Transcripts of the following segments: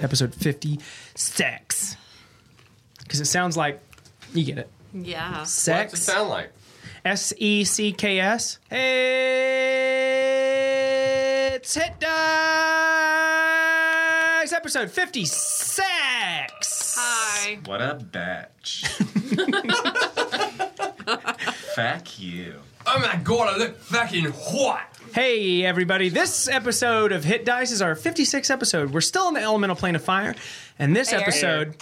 episode 50 sex. Because it sounds like, you get it. Yeah. What's it Sex. sound like? S E C K S. It's Hit Dice episode 56. Hi. What a batch. Fuck you. Oh my god, I look fucking hot. Hey, everybody. This episode of Hit Dice is our 56th episode. We're still in the elemental plane of fire, and this Air. episode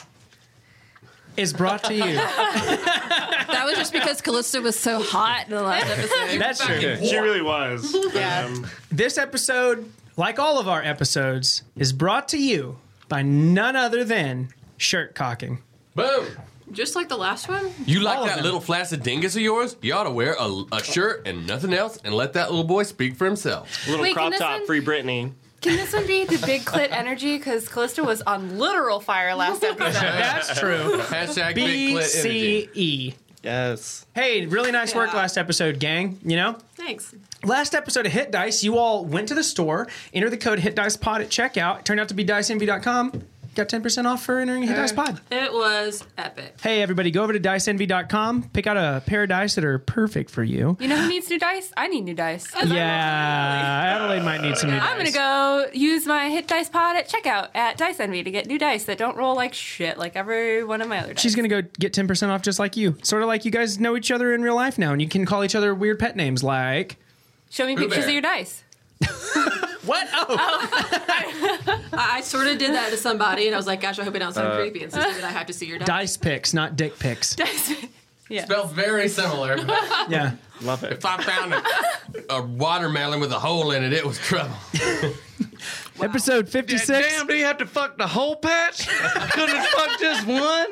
is brought to you. That was just because Callista was so hot in the last episode. That's true. She really was. Um, This episode, like all of our episodes, is brought to you by none other than shirt cocking. Boom. Just like the last one? You like All of that them. little flaccid dingus of yours? You ought to wear a, a shirt and nothing else and let that little boy speak for himself. little Wait, crop can this top, one- free Britney. Can this one be the big clit energy? Because Callista was on literal fire last episode. That's true. Hashtag big B clit energy. C E. Yes. Hey, really nice work Yeah. last episode, gang. You know, Thanks. last episode of Hit Dice, you all went to the store, entered the code Hit Dice Pod at checkout. It turned out to be diceenvy.com. Got 10% off for entering Hit Dice Pod. It was epic. Hey, everybody, go over to diceenvy.com, pick out a pair of dice that are perfect for you. You know who needs new dice? I need new dice. Yeah, Adelaide might need some new I'm gonna dice. go use my hit dice pod at checkout at Dice Envy to get new dice that don't roll like shit, like every one of my other dice. She's going to go get 10% off just like you. Sort of like you guys know each other in real life now, and you can call each other weird pet names like. Show me pictures there? of your dice. What? Oh, I, I sort of did that to somebody, and I was like, "Gosh, I hope it don't sound Uh, creepy." And so that I have to see your dice. dice picks, not dick picks. Spelled very similar. but Yeah. Love it. if I found a, a watermelon with a hole in it, it was trouble. Episode 56. Damn, do you have to fuck the whole patch? Couldn't have fucked just one?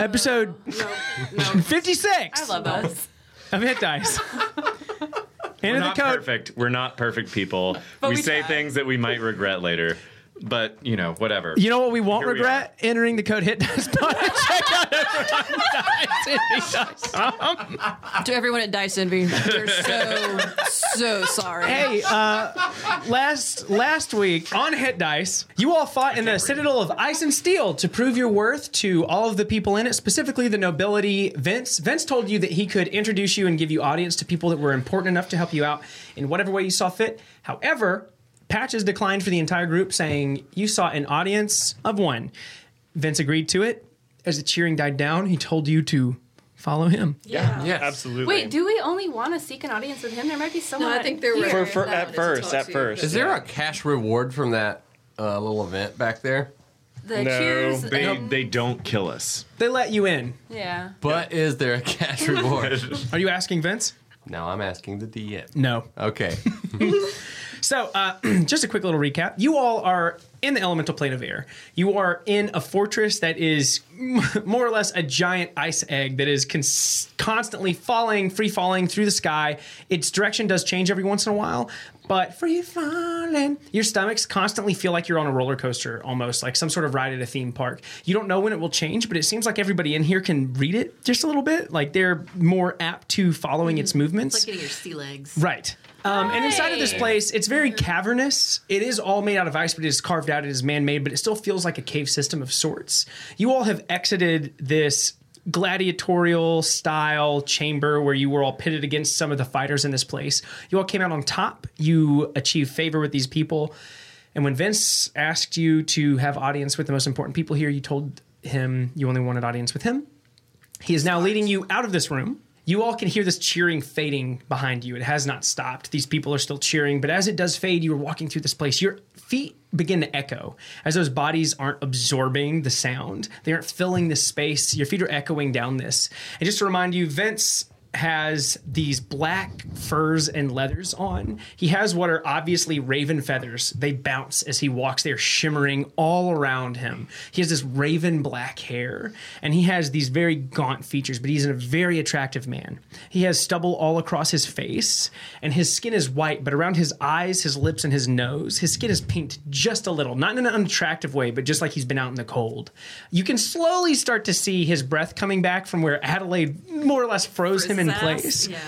episode no, 56 I love us. of Hit Dice. Enter We're the not code. perfect. We're not perfect people. we, we say try. things that we might regret later. But, you know, whatever. You know what we won't Here we regret? Entering the code Hit Dice Pod at checkout at RocketDice.com. To everyone at Dice Envy, we're so, so sorry. Hey, uh, last last week on Hit Dice, you all fought in the Citadel of Ice and Steel to prove your worth to all of the people in it, specifically the nobility. Vince Vince told you that he could introduce you and give you audience to people that were important enough to help you out in whatever way you saw fit. However, Patches declined for the entire group, saying you saw an audience of one. Vince agreed to it. As the cheering died down, he told you to follow him. Yeah. Yes. Absolutely. Wait, do we only want to seek an audience with him? There might be someone. I think there were- here for, for, that at wanted to first, talk at to you. first. Is there a cash reward from that uh, little event back there? The No, cheers. they, um, they don't kill us. They let you in. yeah. But is there a cash reward? Are you asking Vince? now I'm asking the DM. No. Okay. So, uh, just a quick little recap. You all are in the elemental plane of air. You are in a fortress that is more or less a giant ice egg that is cons- constantly falling, free falling through the sky. Its direction does change every once in a while, but free falling. Your stomachs constantly feel like you're on a roller coaster, almost like some sort of ride at a theme park. You don't know when it will change, but it seems like everybody in here can read it just a little bit. Like they're more apt to following its movements. Getting your sea legs. Right. Um, and inside of this place, it's very cavernous. It is all made out of ice, but it is carved out. It is man made, but it still feels like a cave system of sorts. You all have exited this gladiatorial style chamber where you were all pitted against some of the fighters in this place. You all came out on top. You achieved favor with these people. And when Vince asked you to have audience with the most important people here, you told him you only wanted audience with him. He is now leading you out of this room. You all can hear this cheering fading behind you. It has not stopped. These people are still cheering, but as it does fade, you are walking through this place. Your feet begin to echo as those bodies aren't absorbing the sound. They aren't filling the space. Your feet are echoing down this. And just to remind you, Vince has these black furs and leathers on. He has what are obviously raven feathers. They bounce as he walks. They're shimmering all around him. He has this raven black hair and he has these very gaunt features, but he's a very attractive man. He has stubble all across his face and his skin is white, but around his eyes, his lips, and his nose, his skin is pinked just a little, not in an unattractive way, but just like he's been out in the cold. You can slowly start to see his breath coming back from where Adelaide more or less froze him in Possessed, place. Yeah.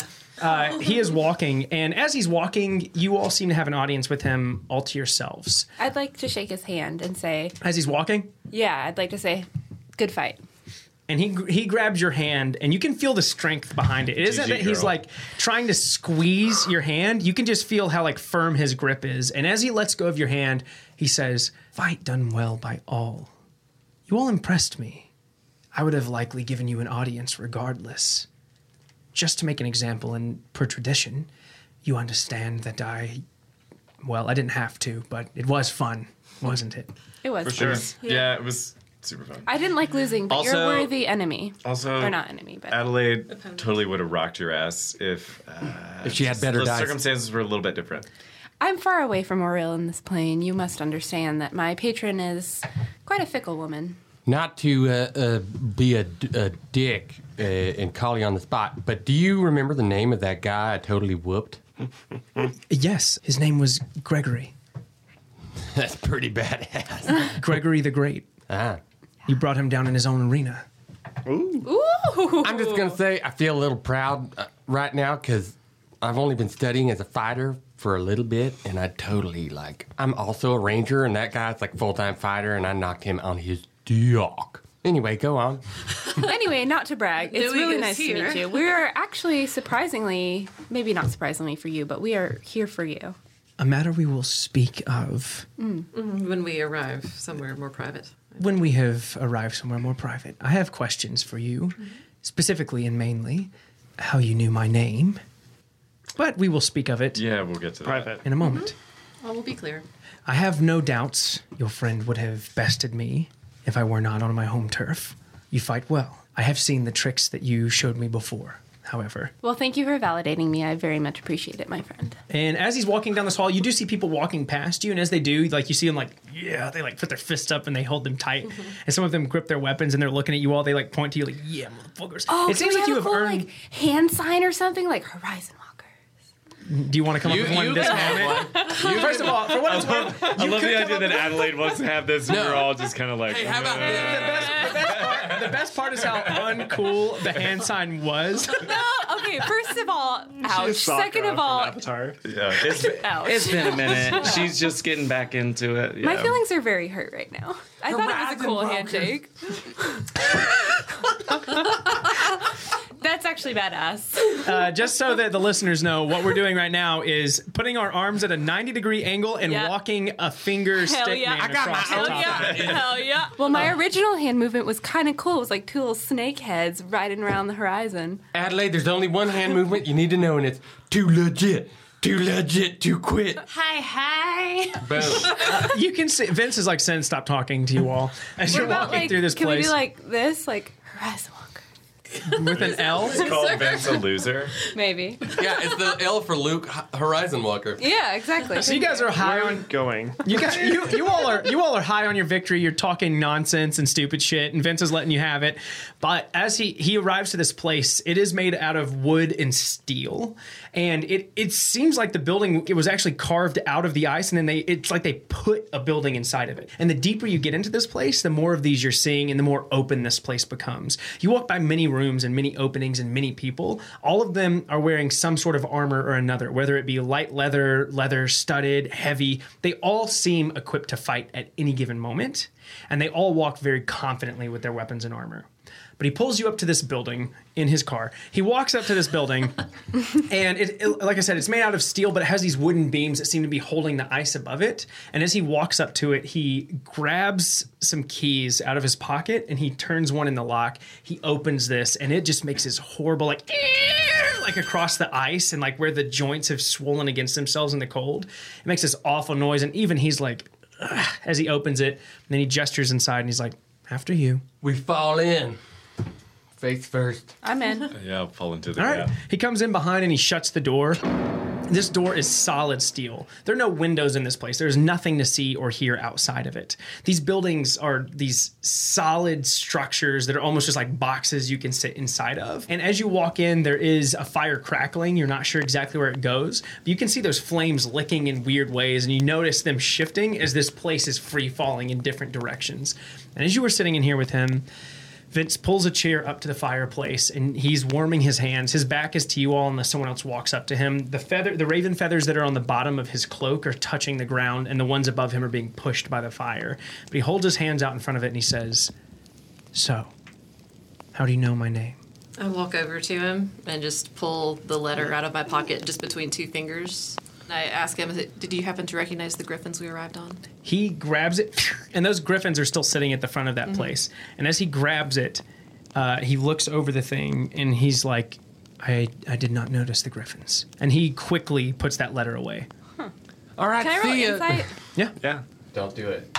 Uh, he is walking, and as he's walking, you all seem to have an audience with him all to yourselves. I'd like to shake his hand and say, As he's walking, yeah, I'd like to say, good fight. and he he grabs your hand, and you can feel the strength behind it. It isn't GG that he's girl. like trying to squeeze your hand. You can just feel how like firm his grip is. And as he lets go of your hand, he says, "Fight done well by all. You all impressed me. I would have likely given you an audience regardless. Just to make an example, and per tradition, you understand that I, well, I didn't have to, but it was fun, wasn't it?" It was For sure. fun. Yeah. it was super fun. I didn't like losing, but you're Also- worthy enemy. Also, or not enemy, but Adelaide totally would have rocked your ass if uh, If she had better the dice. circumstances were a little bit different. I'm far away from Oriel in this plane. You must understand that my patron is quite a fickle woman. Not to uh, uh, be a, d- a dick uh, and call you on the spot, but do you remember the name of that guy I totally whooped? Yes, his name was Gregory, That's pretty badass. Gregory the Great. ah. You brought him down in his own arena. Ooh! I'm just gonna say I feel a little proud uh, right now because I've only been studying as a fighter for a little bit, and I totally like. I'm also a ranger, and that guy's like full time fighter, and I knocked him on his dick. Anyway, go on. anyway, not to brag. It's Louis really is nice to here. meet you. We're actually surprisingly, maybe not surprisingly for you, but we are here for you. A matter we will speak of when we arrive somewhere more private. when we have arrived somewhere more private. I have questions for you, specifically and mainly how you knew my name, but we will speak of it Yeah, we'll get to that. Private. in a moment. I will be clear. I have no doubts your friend would have bested me if I were not on my home turf. You fight well. I have seen the tricks that you showed me before, however. Well, thank you for validating me. I very much appreciate it, my friend. And as he's walking down this hall, you do see people walking past you, and as they do, like you see them, like yeah, they like put their fists up and they hold them tight, Mm-hmm. and some of them grip their weapons and they're looking at you all. They like point to you, like yeah, motherfuckers. Oh, it can seems we like you a have cool, earned. like hand sign or something like Horizon Walker. do you want to come up with one this moment? First of all, for what it's worth, I love could the come idea up that with- Adelaide wants to have this, and No. we're all just kind of like, how about "Uh, the best, the best part, the best part is how uncool the hand sign was. No, okay. First of all, ouch. Sakura Second of from all, Avatar. Yeah, it's, ouch. It's been a minute. She's just getting back into it. My yeah. feelings are very hurt right now. I thought it was a cool handshake. That's actually badass. Uh, just so that the listeners know, what we're doing right now is putting our arms at a 90 degree angle and Yeah. walking a finger Hell stick yeah. man I got across Hell the top. yeah. Hell yeah. Well, my original hand movement was kind of cool. It was like two little snake heads riding around the horizon. Adelaide, there's only one hand movement you need to know, and it's too legit, too legit, too quit. Hi, hi. Boom. You can see Vince is like, "Sin, stop talking to you all as you're walking like, through this can place we do like this? Like Horizon Walker. with an L." called Vince a loser. Maybe. yeah, it's the L for Luke H- Horizon Walker. Yeah, exactly. So you guys are high on Going. you guys you, you all are you all are high on your victory. You're talking nonsense and stupid shit, and Vince is letting you have it. But as he he arrives to this place, it is made out of wood and steel, and it it seems like the building it was actually carved out of the ice, and then they it's like they put a building inside of it. And the deeper you get into this place, the more of these you're seeing, and the more open this place becomes. You walk by many rooms and many openings and many people. All of them are wearing some sort of armor or another, whether it be light leather, leather studded, heavy. They all seem equipped to fight at any given moment, and they all walk very confidently with their weapons and armor. But he pulls you up to this building in his car. He walks up to this building, and it, it- like I said, it's made out of steel, but it has these wooden beams that seem to be holding the ice above it. And as he walks up to it, he grabs some keys out of his pocket and he turns one in the lock. He opens this, and it just makes this horrible like like across the ice and like where the joints have swollen against themselves in the cold. It makes this awful noise, and even he's like "Ugh," as he opens it, and then he gestures inside, and he's like, "After you." We fall in, face first. I'm in. Yeah, I'll fall into the All right. gap. He comes in behind and he shuts the door. This door is solid steel. There are no windows in this place. There's nothing to see or hear outside of it. These buildings are these solid structures that are almost just like boxes you can sit inside of. And as you walk in, there is a fire crackling. You're not sure exactly where it goes, but you can see those flames licking in weird ways, and you notice them shifting as this place is free falling in different directions. And as you were sitting in here with him, Vince pulls a chair up to the fireplace and he's warming his hands. His back is to you all unless someone else walks up to him. The feather the raven feathers that are on the bottom of his cloak are touching the ground and the ones above him are being pushed by the fire. But he holds his hands out in front of it and he says, "So, how do you know my name?" I walk over to him and just pull the letter out of my pocket, just between two fingers. And I ask him, "Did you happen to recognize the griffins we arrived on?" he grabs it, and those griffins are still sitting at the front of that place. And as he grabs it, uh, he looks over the thing and he's like, I, I did not notice the griffins. And he quickly puts that letter away. All right, Can I roll see ya. insight? Yeah. Don't do it.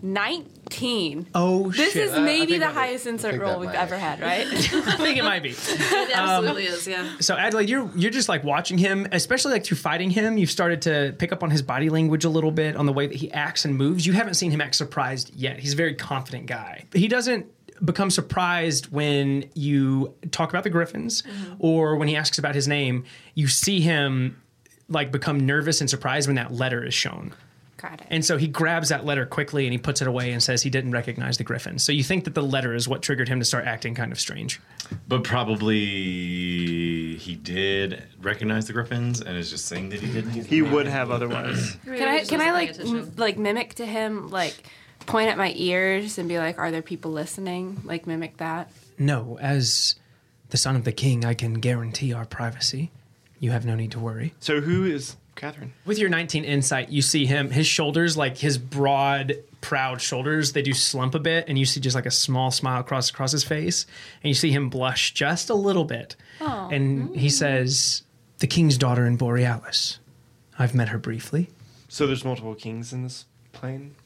19. Oh, This shit. is maybe think the I did. highest insert think roll that we've might ever had, right? I think it might be. It absolutely is, yeah. So Adelaide, you're you're just like watching him, especially like through fighting him. You've started to pick up on his body language a little bit, on the way that he acts and moves. You haven't seen him act surprised yet. He's a very confident guy. He doesn't become surprised when you talk about the Griffins or when he asks about his name. You see him like become nervous and surprised when that letter is shown. Got it. And so he grabs that letter quickly and he puts it away and says he didn't recognize the griffin. So you think that the letter is what triggered him to start acting kind of strange. But probably he did recognize the Griffins and is just saying that he didn't. He would have otherwise. Can I can I like m- Attention. like mimic to him like point at my ears and be like, are there people listening? Like mimic that. No, as the son of the king, I can guarantee our privacy. You have no need to worry. So who is Catherine? With your 19 insight, you see him, his shoulders, like his broad, proud shoulders, they do slump a bit, and you see just like a small smile cross across his face, and you see him blush just a little bit. And he says, The king's daughter in Borealis. I've met her briefly, So there's multiple kings in this plane.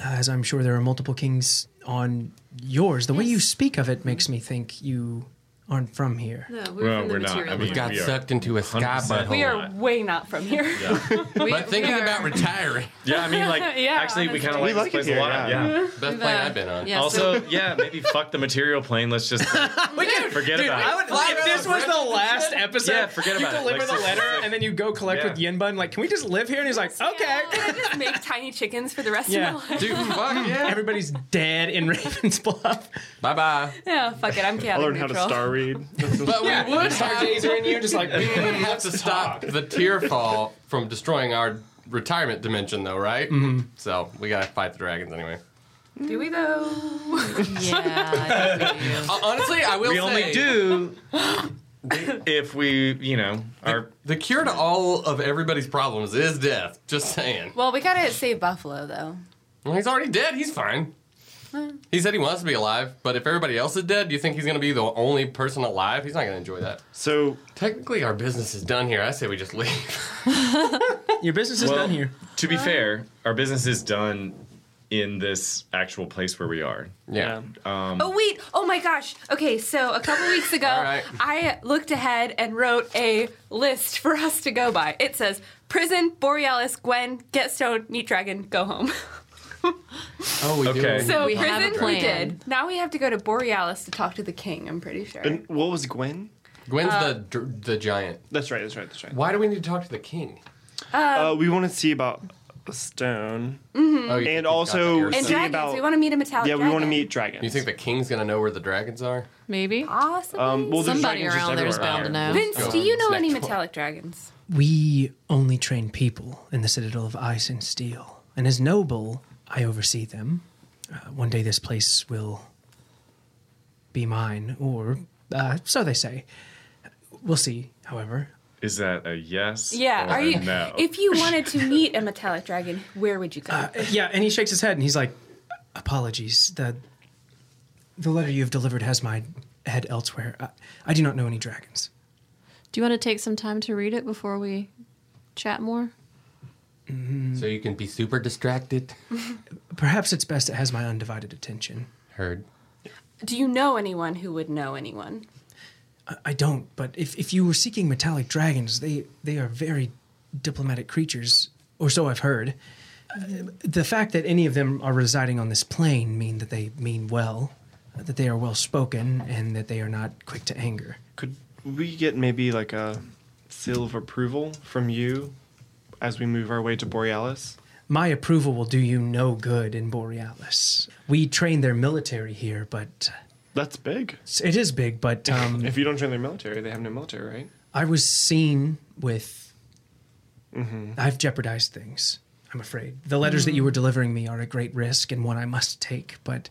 Uh, as I'm sure there are multiple kings on yours. The way you speak of it makes me think you aren't from here. No, we're Well, from the we're not. I material mean, world. Got We are sucked into a sky 100% butthole. We are lot. way not from here. we, but thinking we are- about retiring. Yeah, I mean, like, Yeah, actually, we kind of We like, like it this place here, a lot. yeah. Yeah. Best plane I've been on. Yeah, so- Also, yeah, maybe fuck the material plane. Let's just We can forget about it. if this was the last episode, Yeah, forget you about it. deliver Like, the just- letter and then you go collect with Yeah. Yin Bun. Like, can we just live here? And he's like, okay. Can I just make tiny chickens for the rest Yeah. of my life? Dude, fuck yeah. Everybody's dead in Raven's Bluff. Bye bye. Yeah, fuck it. I'm I chaotic learned how to neutral. star read. But we would have, Stargazer and you just like, we would have to stop the tear fall from destroying our retirement dimension, though, right? Mm-hmm. So we gotta fight the dragons anyway. Do we though? Yeah. I think we do. Uh, honestly, I will we say only do if we, you know, are. the cure to all of everybody's problems is death. Just saying. Well, we gotta save Buffalo though. Well, he's already dead. He's fine. He said he wants to be alive, but if everybody else is dead, do you think he's gonna be the only person alive? He's not gonna enjoy that. So Technically, our business is done here. I say we just leave. your business is Well, done here. To be fair, our business is done in this actual place where we are. Yeah. Um, Oh wait! Oh my gosh! Okay, so a couple weeks ago, All right. I looked ahead and wrote a list for us to go by. It says prison, Borealis, Gwen, get stoned, meet dragon, go home. Oh, we do. Okay. So We have a prison, plan. we did. Now we have to go to Borealis to talk to the king. I'm pretty sure. and what was Gwen? Gwen's uh, the dr- the giant. That's right. That's right. That's right. Why do we need to talk to the king? Uh, we want to see about a stone. Oh, you think he's And got the also ear Hmm. and see stuff. dragons. about. we want to meet a metallic. yeah, we want to dragon. meet dragons. you think the king's gonna know where the dragons are? Maybe. Awesome. Um, well, there's Somebody dragons just around there is everywhere bound to around know. Vince, Go do you on, know it's any next one. metallic dragons? We only train people in the Citadel of Ice and Steel. And as noble, I oversee them. Uh, one day this place will be mine, or uh, so they say. We'll see, however. Is that a yes? Yeah. Oh, or Are a you? No. If you wanted to meet a metallic dragon, where would you go? Uh, Yeah, and he shakes his head and he's like, "Apologies. The the letter you have delivered has my head elsewhere. I, I do not know any dragons." Do you want to take some time to read it before we chat more? So you can be super distracted. Perhaps it's best it has my undivided attention. Heard. do you know anyone who would know anyone? I, I don't, but if, if you were seeking metallic dragons, they, they are very diplomatic creatures, or so I've heard. Uh, The fact that any of them are residing on this plane mean that they mean well, that they are well spoken, and that they are not quick to anger. Could we get maybe like a seal of approval from you as we move our way to Borealis? My approval will do you no good in Borealis. We train their military here, but uh, That's big. it is big. But um, If you don't join their military, they have no military, right? I was seen with. I've jeopardized things, I'm afraid. The letters that you were delivering me are a great risk and one I must take, but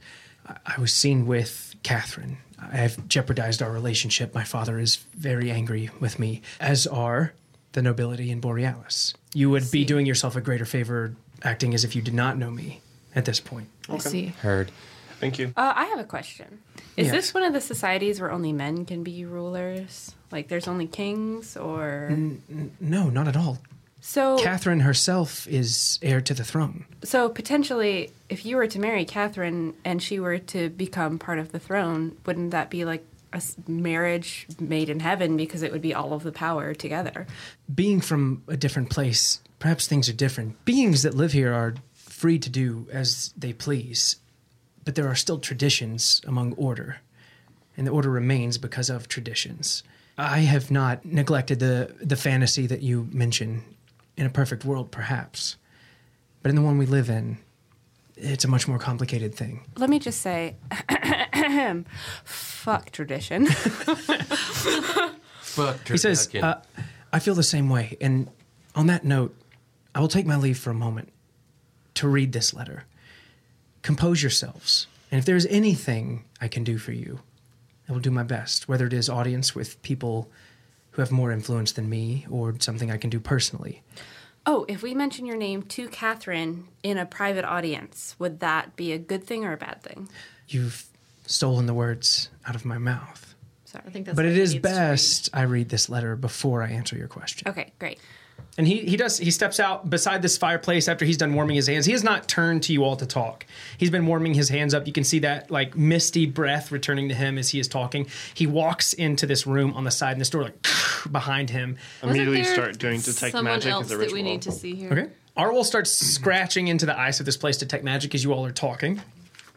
I, I was seen with Catherine. I've jeopardized our relationship. My father is very angry with me, as are the nobility in Borealis. You would be doing yourself a greater favor acting as if you did not know me at this point. I see. Heard. Thank you. Uh, I have a question. Is Yes. this one of the societies where only men can be rulers? Like there's only kings or Mm. No, not at all. so Catherine herself is heir to the throne. so potentially if you were to marry Catherine and she were to become part of the throne, wouldn't that be like a s- marriage made in heaven because it would be all of the power together? being from a different place, perhaps things are different. Beings that live here are free to do as they please, but there are still traditions among order, and the order remains because of traditions. I have not neglected the, the fantasy that you mention in a perfect world, perhaps, but in the one we live in, it's a much more complicated thing. Let me just say fuck tradition. Fuck He says, Turducken. uh, I feel the same way. And on that note, I will take my leave for a moment to read this letter. Compose yourselves. And if there's anything I can do for you, I will do my best, whether it is audience with people who have more influence than me or something I can do personally. Oh, if we mention your name to Catherine in a private audience, would that be a good thing or a bad thing? You've stolen the words out of my mouth. I think that's But what it is needs to be. best I read this letter before I answer your question. Okay, great. And he, he does he steps out beside this fireplace after he's done warming his hands. He has not turned to you all to talk. He's been warming his hands up. You can see that like misty breath returning to him as he is talking. He walks into this room on the side and this door like behind him. Wasn't Immediately there start doing detect someone magic else as a that ritual. we need to see here. Okay. Arwol starts scratching into the ice of this place to detect magic as you all are talking.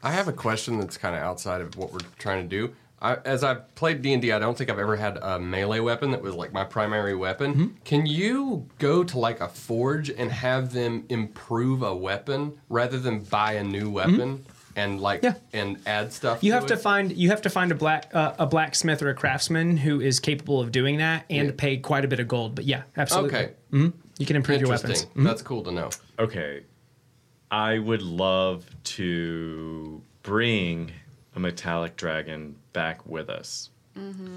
I have a question that's kind of outside of what we're trying to do. I, as I've played D and I don't think I've ever had a melee weapon that was like my primary weapon. Mm-hmm. Can you go to like a forge and have them improve a weapon rather than buy a new weapon and like Mm-hmm. Yeah. and add stuff? You have it? to find you have to find a black uh, a blacksmith or a craftsman who is capable of doing that and Yeah. pay quite a bit of gold. But yeah, absolutely. Okay. Mhm. You can improve your Interesting. weapons. Mm-hmm. That's cool to know. Okay. I would love to bring a metallic dragon back with us.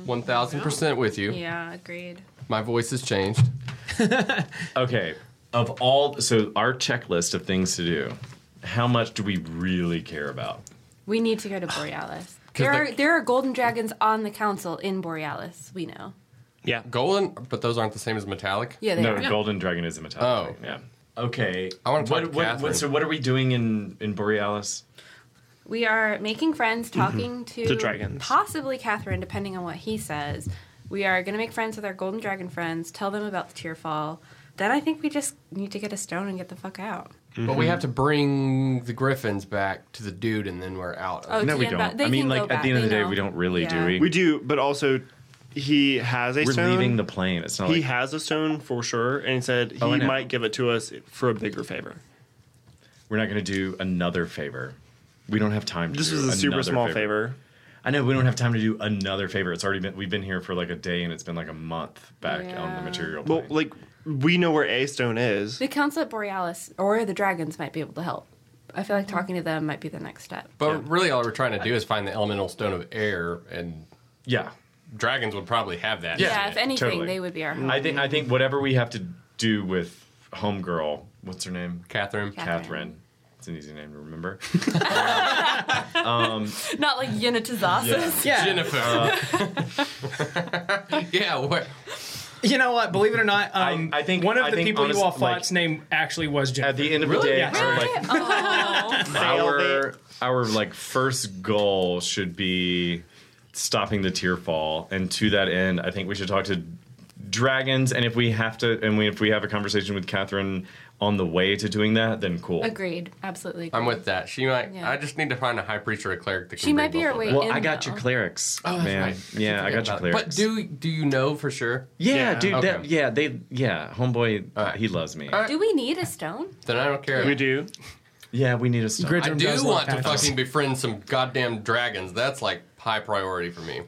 One thousand percent with you. Yeah, agreed. My voice has changed. Okay. Of all, so our checklist of things to do, how much do we really care about? We need to go to Borealis. There the- are there are golden dragons on the council in Borealis. We know. Yeah. Golden, but those aren't the same as metallic. Yeah, they No, are. golden dragon is a metallic. Oh. dragon, yeah. Okay. I wanna talk what, to what- what- Catherine. So what are we doing in in Borealis? We are making friends, Mm-hmm. talking to The dragons. possibly Catherine, depending on what he says. We are going to make friends with our golden dragon friends. Tell them about the Tearfall. Then I think we just need to get a stone and get the fuck out. But we have to bring the griffins back to the dude, and then we're out. Oh, Of No, we Tienba- don't. they I mean, can go like at back, the end of they the day, know. we don't really, Yeah. do we? We we We do, but also he has a are stone. leaving the plane. It's not he like Oh, has a stone for sure, and he said he I know. might give it to us for a bigger favor. we're not going to do another favor. We don't have time. to This do was a super another small favor. I know we don't have time to do another favor. It's already been we've been here for like a day and it's been like a month back on the Yeah. material. Well, plane. like we know where a stone is. The council at Borealis or the dragons might be able to help. I feel Mm-hmm. like talking to them might be the next step. But really, all we're trying to do is find the elemental stone of air, and yeah. dragons would probably have that. Yeah, Yeah, if anything, totally. they would be our Mm-hmm. help. I think I think whatever we have to do with homegirl, what's her name? Catherine. Catherine. Catherine. It's an easy name to remember. Not like Unitazasis. Yeah. Jennifer. yeah, what? You know what? Believe it or not, um, I- I think- one of I the think people you honest- all fought's like- name actually was At Jennifer. the end of the day, Yeah. our, like Nailed our our like first goal should be stopping the tear fall, and to that end, I think we should talk to dragons, and if we have to, and we, if we have a conversation with Catherine on the way to doing that, then cool. Agreed. Absolutely. I'm with that. She might. Yeah. I just need to find a high priest or a cleric that can She bring might be both our of way them. Well, in, I got your though. clerics, Oh, that's man. right. keep Yeah, I got your forgetting about it. clerics. But do do you know for sure? yeah, Yeah. dude. Okay. That, yeah, they. Yeah, homeboy. He loves me. Alright. Do we need a stone? Then I don't care. We do. Yeah, we need a stone. Grid- I Jim do does love want to patches. fucking befriend some goddamn dragons. That's like high priority for me.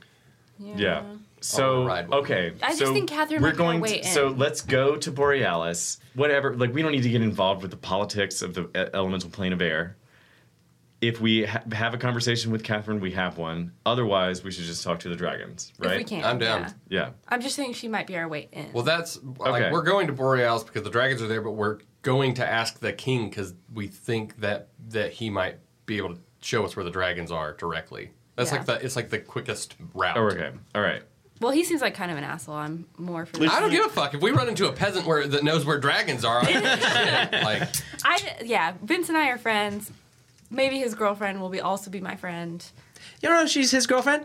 Yeah. So ride with okay. Uh-huh. I just so think Catherine We're might be our going. way to, So in. let's go to Borealis. Whatever. Like we don't need to get involved with the politics of the e- elemental plane of air. If we ha- have a conversation with Catherine, we have one. Otherwise, we should just talk to the dragons, right? If we can. I'm down. yeah. Yeah. I'm just saying she might be our way in. Well, that's like Okay. we're going to Borealis because the dragons are there, but we're going to ask the king because we think that that he might be able to show us where the dragons are directly. That's Yeah. like the it's like the quickest route. Oh, okay. All right. well, he seems like kind of an asshole. I'm more for I that. don't give a fuck if we run into a peasant where that knows where dragons are. I don't give a shit. Like I yeah, Vince and I are friends. Maybe his girlfriend will be also be my friend. You know, she's his girlfriend.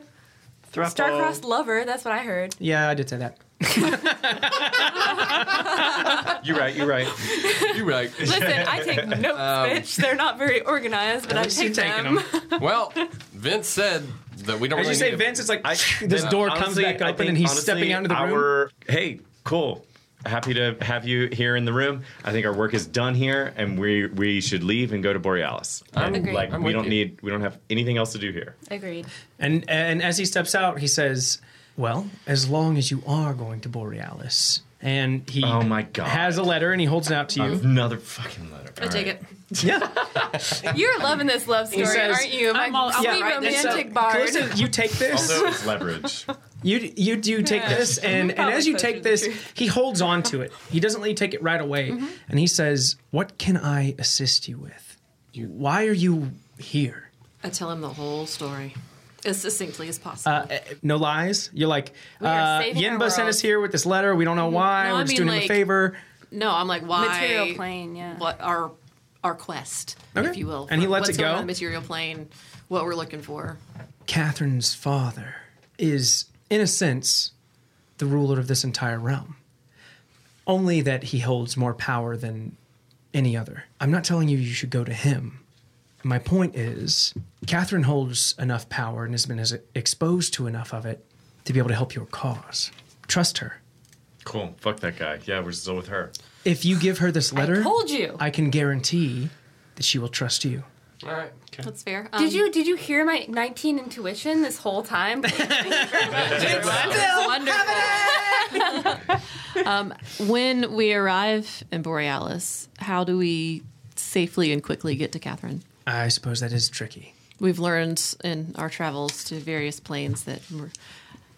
Thruple. Star-crossed lover. That's what I heard. Yeah, I did say that. You're right. You're right. you like Listen, I take notes, bitch. They're not very organized, but I Um, least take you're taking them. Well, Vince said that we don't As really you say, need Vince, it's like I, this and door comes honestly, back I open think, and he's honestly, stepping out into the room. our, Hey, cool. Happy to have you here in the room. I think our work is done here, and we we should leave and go to Borealis. And, Agreed. Like I'm we with don't you. need we don't have anything else to do here. Agreed. And and as he steps out, he says, "Well, as long as you are going to Borealis." And he Oh my God. has a letter and he holds it out to you. Another fucking letter. I take it. yeah. You're loving this love story, says- aren't you? My I'm all- sweet I'll write this romantic So, bard. Calista, you take this. Also, it's leverage. You you do take Yeah. this, and, and Probably as you closer take to the this, truth. Mm-hmm. he holds on to it. He doesn't let you take it right away, and he says, "What can I assist you with? Why are you here? I tell him the whole story as succinctly as possible. Uh, no lies. You're like uh, are saving our Yenba sent world. Mm-hmm. us here with this letter. We don't know why. No, We're I just mean, doing him a like- favor." no, I'm like, why? Material plane, yeah. What our our quest, Okay. if you will, And he for lets it what's going go? on the material plane, what we're looking for. Catherine's father is, in a sense, the ruler of this entire realm. Only that he holds more power than any other. I'm not telling you you should go to him. My point is, Catherine holds enough power and has been as- exposed to enough of it to be able to help your cause. Trust her. cool. Fuck that guy. Yeah, we're still with her. If you give her this letter, told you. I can guarantee that she will trust you. it. All right. That's fair. Did you did you hear my 19 intuition this whole time? wonderful. um, when we arrive in Borealis, how do we safely and quickly get to Catherine? I suppose that is tricky. We've learned in our travels to various planes that we're-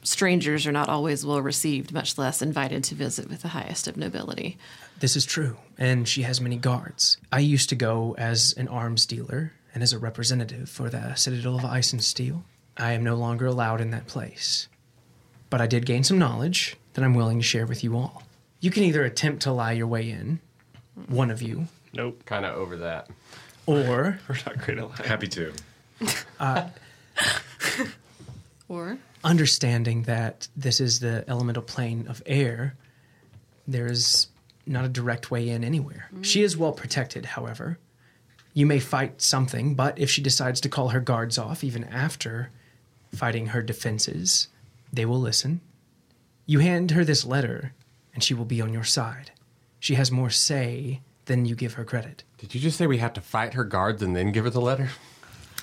strangers are not always well received, much less invited to visit with the highest of nobility. This is true, and she has many guards. I used to go as an arms dealer and as a representative for the Citadel of Ice and Steel. I am no longer allowed in that place. But I did gain some knowledge that I'm willing to share with you all. You can either attempt to lie your way in, one of you, Nope. Kind of over that. or We're not great at lying. Happy to. Or understanding that this is the elemental plane of air, there is not a direct way in anywhere. She is well protected, however. You may fight something, but if she decides to call her guards off, even after fighting her defenses, they will listen. You hand her this letter, and she will be on your side. She has more say than you give her credit. Did you just say we have to fight her guards and then give her the letter?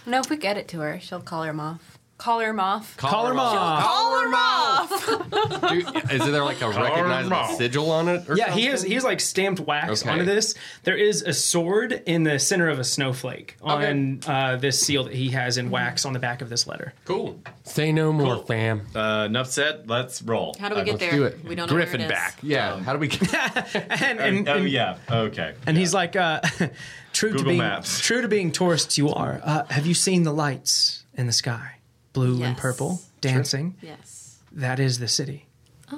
no, if we get it to her, she'll call her off. Call her off. Call her mom. Call her off. Dude, is there like a recognizable off. sigil on it? Or Yeah, he something? has he's like stamped wax Okay. onto this. There is a sword in the center of a snowflake on uh, this seal that he has in wax on the back of this letter. Cool. Say no more, fam. Uh, enough said. Let's roll. Uh, how do we get Let's there? do it. We don't know where it Griffin is. back. Yeah. How do we get And and, oh and, yeah. Okay. and he's like, uh, true to Google being Maps. true to being tourists, you are. Uh, have you seen the lights in the sky, blue and Yes. purple, dancing? Yes. That is the city.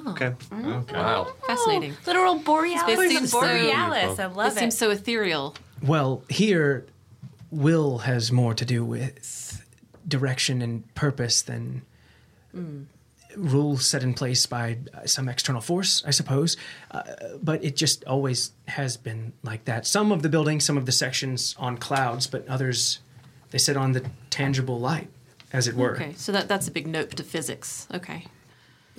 Okay. Wow. Fascinating. Oh, literal Borealis. This seems so- Borealis. I That love it. seems so ethereal. Well, here, will has more to do with direction and purpose than rule set in place by uh, some external force, I suppose. Uh, but it just always has been like that. Some of the buildings, some of the sections on clouds, but others they sit on the tangible light, as it were. Okay, so that, that's a big nope to physics. Okay.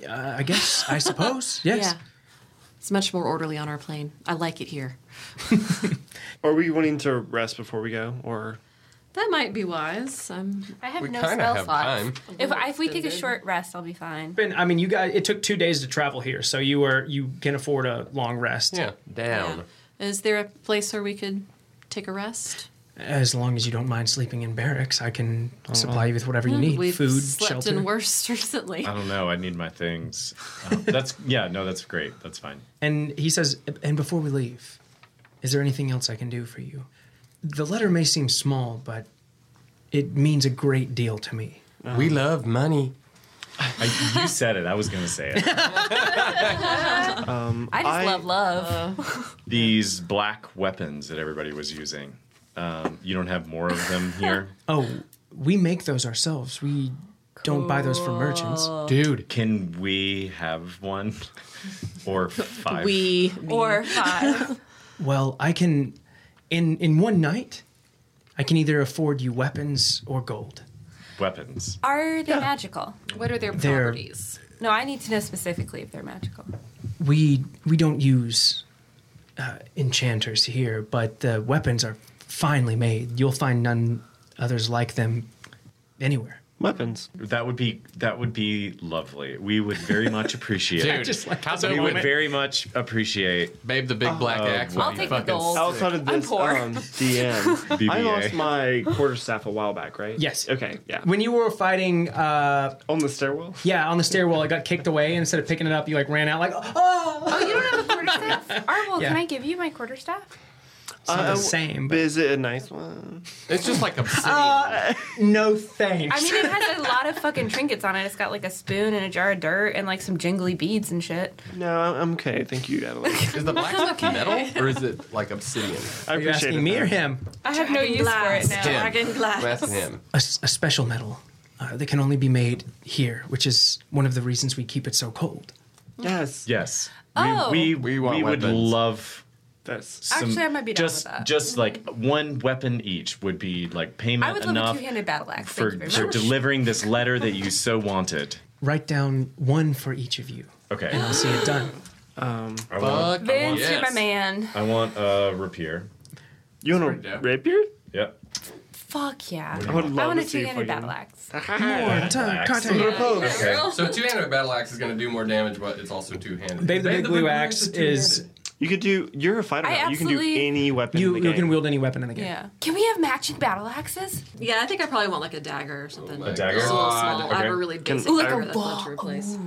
Uh, I guess. I suppose. Yes. Yeah. It's much more orderly on our plane. I like it here. Are we wanting to rest before we go, or That might be wise. I'm I have We no kinda spell have time. slots. If, if we take a Vivid. short rest, I'll be fine. Been- I mean, you guys. It took two days to travel here, so you were you can afford a long rest. Yeah, Uh-huh. down. Yeah. Is there a place where we could take a rest? As long as you don't mind sleeping in barracks, I can supply you with whatever you need: We've Oh, food, slept shelter. in worse recently. I don't know. I need my things. Uh, that's yeah. No, that's great. That's fine. And he says, and before we leave, is there anything else I can do for you? The letter may seem small, but it means a great deal to me. We love money. I, you said it. I was gonna say it. I just I- love love. These black weapons that everybody was using. Um, you don't have more of them here. Oh, we make those ourselves. We don't buy those from merchants. Dude, Can we have one or five? We or five. Well, I can in in one night, I can either afford you weapons or gold. weapons. Are they magical? what are their They're- properties? No, I need to know specifically if they're magical. we we don't use uh, enchanters here, but the weapons are finely made. You'll find none others like them anywhere. weapons? That would be that would be lovely. We would very much appreciate. dude, it. just like- how's We that would women- very much appreciate Babe, the big black axe. would I'll be take the fucking gold. sick. Outside of I'm this, poor. um, DM, BBA. I lost my quarterstaff a while back, right? Yes. Okay. Yeah. When you were fighting, uh, On the stairwell. yeah, on the stairwell, it got kicked away. And instead of picking it up, you like ran out, like, oh, Oh, you don't have a quarterstaff? Arvel, Yeah. can I give you my quarterstaff? it's not Uh, the same. But But is it a nice one? It's just like obsidian. Uh, no thanks. I mean, it has a lot of fucking trinkets on it. It's got like a spoon and a jar of dirt and like some jingly beads and shit. No, I'm I'm okay. Thank you, Evelyn. is the black stuff metal or is it like obsidian? I are you appreciate asking it. me or though. him? I have no use for it now. Him. Dragon glass. I'm asking him. A, s- a special metal uh, that can only be made here, which is one of the reasons we keep it so cold. Yes. yes. Oh. We We we, want we would weapons. love That's some, Actually, I might be down with just that. just like one weapon each would be like payment I would love enough a two-handed battle axe. for Thank you for very much. delivering this letter that you so wanted. Write down one for each of you. Okay. I'll see it done. I want, Fuck Vince, you're my yes. man. I want a rapier. you want dope. a rapier? Yep. Fuck yeah. I would love I want a to see if two-handed we can- battle axe. More time, contact. So two-handed battle axe is going to do more damage, but it's also two-handed. Babe, the big blue axe is You could do. You're a fighter. I now. You can do absolutely- any weapon. you, in the you can game. wield any weapon in the game. Yeah. Can we have matching battle axes? Yeah, I think I probably want like a dagger or something. my a dagger? Just a little small. I have Okay. a really basic Ooh, like dagger a that I'd love to wall. replace.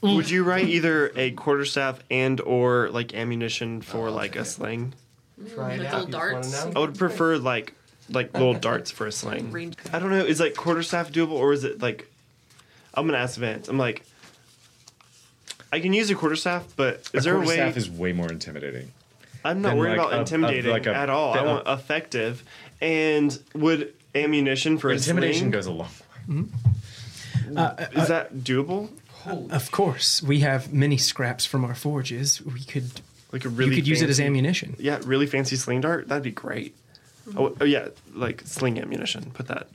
Would you write either a quarterstaff and or like ammunition for like a sling? Try it Like little out. You just wanna darts. know? I would prefer like like little darts for a sling. Range. I don't know. Is like quarterstaff doable or is it like? I'm gonna ask Vince. I'm like, I can use a quarterstaff, but is there a way? quarterstaff is way more intimidating. I'm not than, worried like, about a- a- intimidating like a- at all. I a- want effective. And would ammunition for a Intimidation sling, goes a long way. Is that doable? Of course, we have many scraps from our forges. We could Like a really you could use it as fancy- ammunition. Yeah, really fancy sling dart. That'd be great. Oh, oh yeah, like sling ammunition. Put that.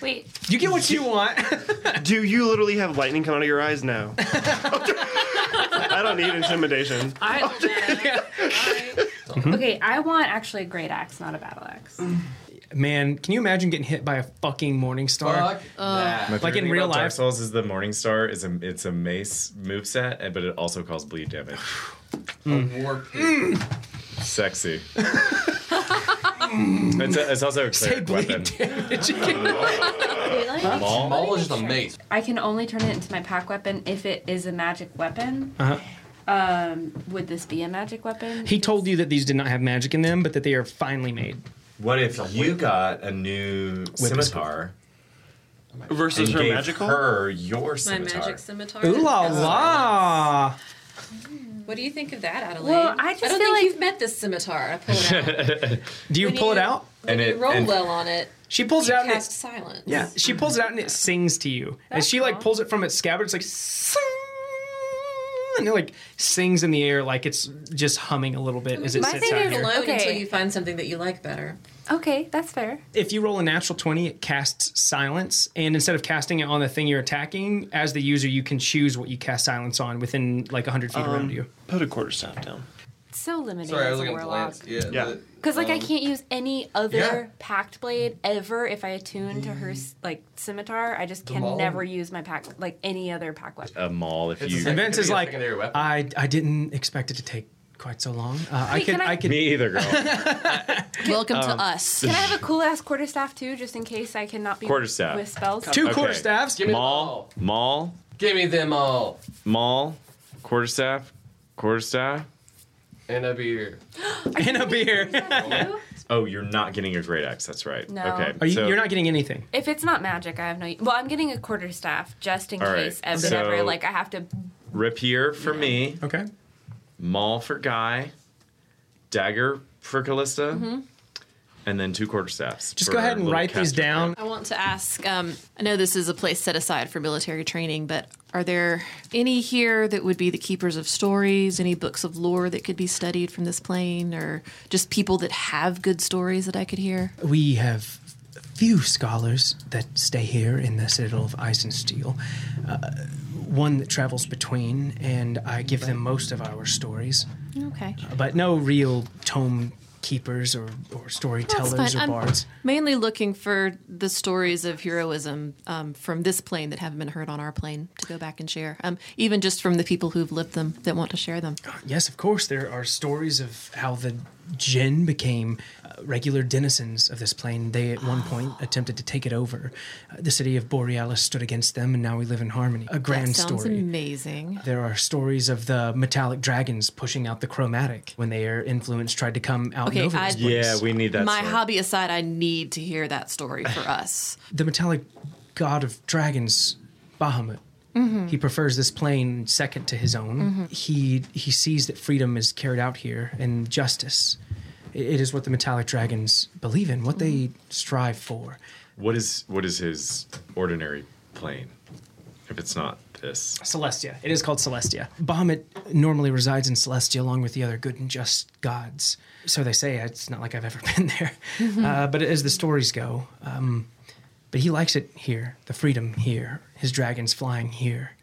Wait, You get what you want. Do you literally have lightning come out of your eyes? No. I don't need intimidation. Okay, I want actually a great axe, not a battle axe. Man, can you imagine getting hit by a fucking morning star? Fuck that. Like in Thing real about Dark life. Souls is the Morning Star is a it's a mace moveset, and- but it also calls bleed damage. A war pig. Sexy. it's, a, it's also a Say cleric weapon. bleed damage. Maul? Maul is the mace. I can only turn it into my pack weapon if it is a magic weapon. Uh-huh. Um, would this be a magic weapon? He told you that these did not have magic in them, but that they are finely made. What if you got a new scimitar Versus and her gave magical. her your My scimitar? magic scimitar. Ooh la la! What do you think of that, Adelaide? Well, I just don't feel think like- you've met this scimitar. I pull it out. Do you When pull it you- out? When And you it- roll and- well on it, She pulls it out. and it- Cast silence. yeah, she pulls it out and it sings to you. As she like pulls it from its scabbard, it's like "Sing," and it like sings in the air like it's just humming a little bit as it My sits thing out is here. lo- Alone until Okay. you find something that you like better. Okay, that's fair. If you roll a natural twenty, it casts silence, and instead of casting it on the thing you're attacking, as the user, you can choose what you cast silence on within like hundred feet around you. Put a quarter staff down. It's so limiting Sorry, I as was a looking at the warlock. lance. Yeah. Yeah. the- Because like I um, can't use any other yeah. packed blade ever if I attune to her s- like scimitar. I just can maul? never use my pack like any other pack weapon. A maul, if It's you. a And Vince could be is a like, secondary weapon. I I didn't expect it to take quite so long. Uh, I Wait, could can I- I could Me either, girl. Welcome Um, to us. Can I have a cool ass quarterstaff too, just in case I cannot be Quarterstaff. with spells? two Okay. quarter staffs. Give me maul, maul, Give me them all. maul, quarterstaff, quarterstaff. And a beer. and a beer. Oh, you're not getting a great axe. That's right. No. Okay. Are you, so- you're not getting anything. If it's not magic, I have no. Well, I'm getting a quarterstaff just in All right, case. As whenever, so- like I have to. Rapier for me, Okay. maul for Guy, dagger for Callista, and then two quarterstaffs. Just for go our ahead and little write these caster. down. I want to ask. Um, I know this is a place set aside for military training, but are there any here that would be the keepers of stories? Any books of lore that could be studied from this plane, or just people that have good stories that I could hear? We have few scholars that stay here in the Citadel of Ice and Steel. Uh, one that travels between, and I give them most of our stories, Okay, but no real tome keepers or, or that's storytellers fine. or I'm bards. mainly looking for the stories of heroism um, from this plane that haven't been heard on our plane to go back and share. Um, even just from the people who've lived them that want to share them. Yes, of course, there are stories of how the Jinn became uh, regular denizens of this plane. They, at one Oh. point, attempted to take it over. Uh, the city of Borealis stood against them, and now we live in harmony. A grand that sounds story. amazing. There are stories of the metallic dragons pushing out the chromatic when their influence tried to come out Okay, and over I- this place. Yeah, we need that. My sort. hobby aside, I need to hear that story for us. The metallic god of dragons, Bahamut. Mm-hmm. He prefers this plane second to his own. He he sees that freedom is carried out here and justice. It- it is what the metallic dragons believe in, what Mm-hmm. they strive for. What is what is his ordinary plane? If it's not this, Celestia. It is called Celestia. Bahamut normally resides in Celestia along with the other good and just gods. So they say. It's not like I've ever been there. Uh, but as the stories go, um, but he likes it here, the freedom here, his dragons flying here.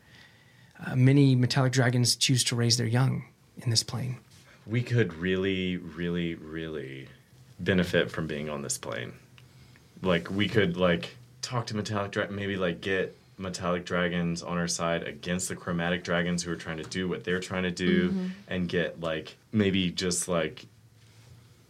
Uh, many metallic dragons choose to raise their young in this plane. we could really, really, really benefit from being on this plane. Like we could like talk to metallic dragon, maybe like get metallic dragons on our side against the chromatic dragons who are trying to do what they're trying to do, and get like maybe just like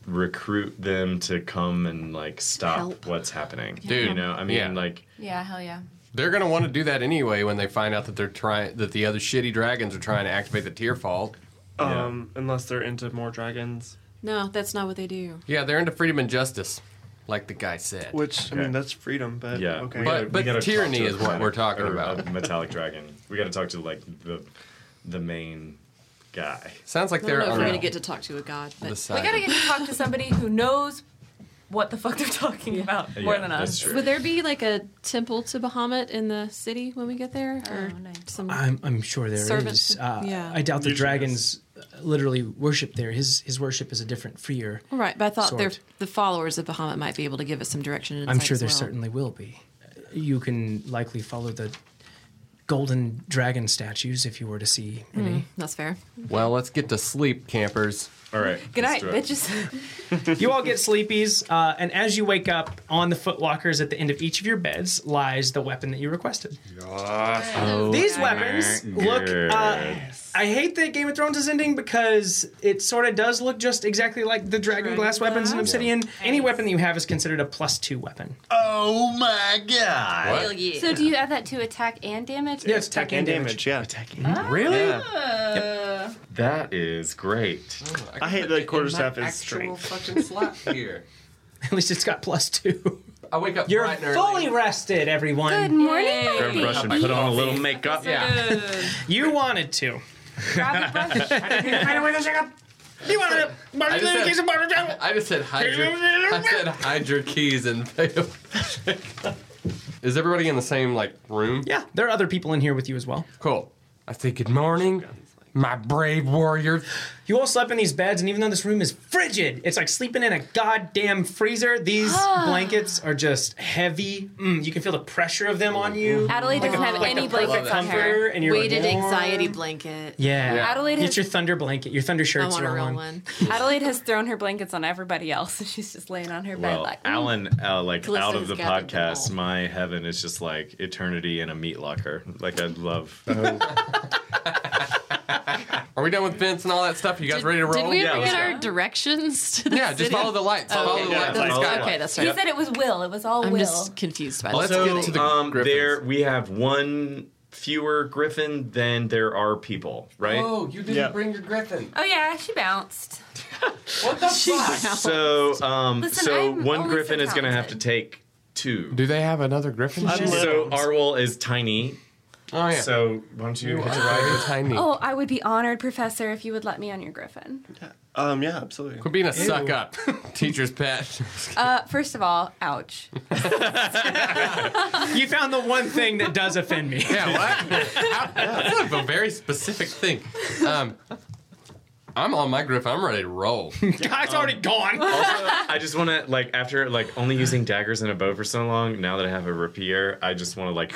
recruit them to come and like stop Help. what's happening. Dude, you know, I mean, yeah. like Yeah, hell yeah. They're gonna want to do that anyway when they find out that they're trying that the other shitty dragons are trying to activate the tear fault. Um, unless they're into more dragons, No, that's not what they do. Yeah, they're into freedom and justice, like the guy said. which I Okay. mean that's freedom, but Yeah, okay. we But- we gotta talk tyranny to a is what we're talking or about. a metallic dragon. We got to talk to like the the main guy. Sounds like I don't they're know if on we're gonna no. get to talk to a god, the but side. We gotta get to talk to somebody who knows what the fuck they're talking about more Yeah, than that's us. true. would there be like a temple to Bahamut in the city when we get there, or Oh, nice. some? I'm, I'm sure there is. Servants. Uh, Yeah. I doubt the Usually dragons uh, literally worship there. His his worship is a different, freer. All right, but I thought they're- Sword. the followers of Bahamut might be able to give us some direction. And I'm insight sure as there well. certainly will be. You can likely follow the golden dragon statues if you were to see any. That's fair. Well, let's get to sleep, campers. All right. Good let's night, do it. bitches. You all get sleepies, uh, and as you wake up, on the footlockers at the end of each of your beds lies the weapon that you requested. These weapons look. Uh, I hate that Game of Thrones is ending because it sort of does look just exactly like the dragon glass weapons in Obsidian. Any weapon that you have is considered a plus two weapon. Oh my god. What? yeah. So do you add that to attack and damage? Yeah, it's attack and damage, yeah. Really? That is great. Oh, I hate that quarterstaff is strength. fucking slot here. At least it's got plus two. I wake up You're bright and early. fully rested, everyone. Good morning, my Grab a brush and put on a little makeup. Yeah. You wanted to. Grab a brush. You want to I Martin just Luther said- King's Martin Devil? I just said hydra. I said hydra keys and fail. Is everybody in the same like room? Yeah, there are other people in here with you as well. Cool. I say good morning, my brave warriors. You all slept in these beds, and even though this room is frigid, it's like sleeping in a goddamn freezer. These blankets are just heavy. Mm, you can feel the pressure of them on you. Adelaide Like a- doesn't have like a any perfect blankets on comforter, her. And you're Weighted warm. anxiety blanket. Yeah. Yeah. Adelaide Get has- your thunder blanket, your thunder shirts. want a are real on. one. Adelaide has thrown her blankets on everybody else, and she's just laying on her bed Well, like. mm. Alan, uh, like out Callisto's of the gathered them podcast, my heaven is just like eternity in a meat locker. Like I love. Are we done with Vince and all that stuff? You guys ready to roll? Did we ever yeah, get our directions to the Yeah, just city? follow the lights. Okay, Follow the yeah, lights. that's- Follow the okay, lights. that's He right. said it was Will. It was all I'm Will. just confused by Let's this. get to the um, There we have one fewer griffin than there are people, right? Oh, you didn't Yeah. bring your griffin. Oh yeah, she bounced. what the fuck? So, um, Listen, so I'm one only griffin so is going to have to take two. Do they have another griffin? Oh So Arwol is tiny. Oh yeah. So why don't you You hit are the rider? tiny. Oh, I would be honored, Professor, if you would let me on your griffin. Um, yeah, absolutely. Quit being a suck up, teacher's pet. Uh, first of all, ouch. You found the one thing that does offend me. Yeah, what? That's like a very specific thing. Um, I'm on my griffin. I'm ready to roll. Guy's already gone. I just want to like after like only using daggers and a bow for so long. Now that I have a rapier, I just want to like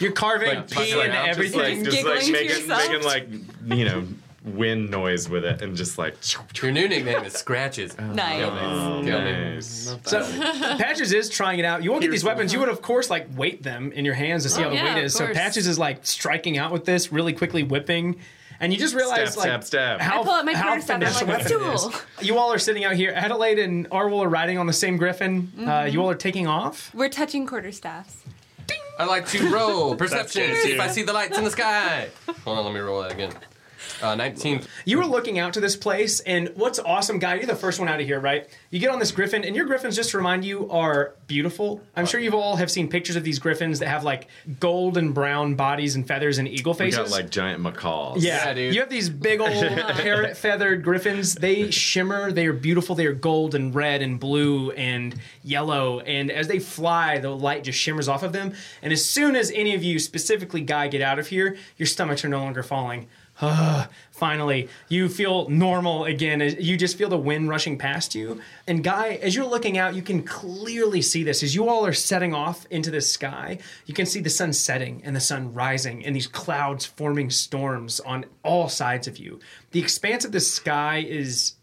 You're carving like pee into just everything. like, just Giggling like to making, yourself. making like you know wind noise with it and just like Your new nickname is Scratches. Nice. Kill me. Kill me. nice. So Patches is trying it out. You won't get these weapons. You would of course like weight them in your hands to Oh, see how the yeah, weight of is. So course. Patches is like striking out with this, really quickly whipping. And you just realize Stab, like stab, stab. how I pull out my how quarterstaff and I'm finished like, weapon "Let's it duel." is. You all are sitting out here. Adelaide and Arwol are riding on the same griffin. Mm-hmm. Uh, you all are taking off. We're touching quarterstaffs. I like to roll perception. good, See if I too. see the lights in the sky. Hold on, let me roll that again. Uh, 19. You were looking out to this place, and what's awesome, guy? You're the first one out of here, right? You get on this griffin, and your griffins, just to remind you, are beautiful. I'm sure you all have seen pictures of these griffins that have like gold and brown bodies and feathers and eagle We faces. got like giant macaws. Yeah, Yeah, dude. You have these big old parrot feathered griffins. They shimmer. They are beautiful. They are gold and red and blue and yellow. And as they fly, the light just shimmers off of them. And as soon as any of you, specifically Guy, get out of here, your stomachs are no longer falling. Ah, finally, you feel normal again. You just feel the wind rushing past you. And Guy, as you're looking out, you can clearly see this. As you all are setting off into the sky, you can see the sun setting and the sun rising and these clouds forming storms on all sides of you. The expanse of the sky is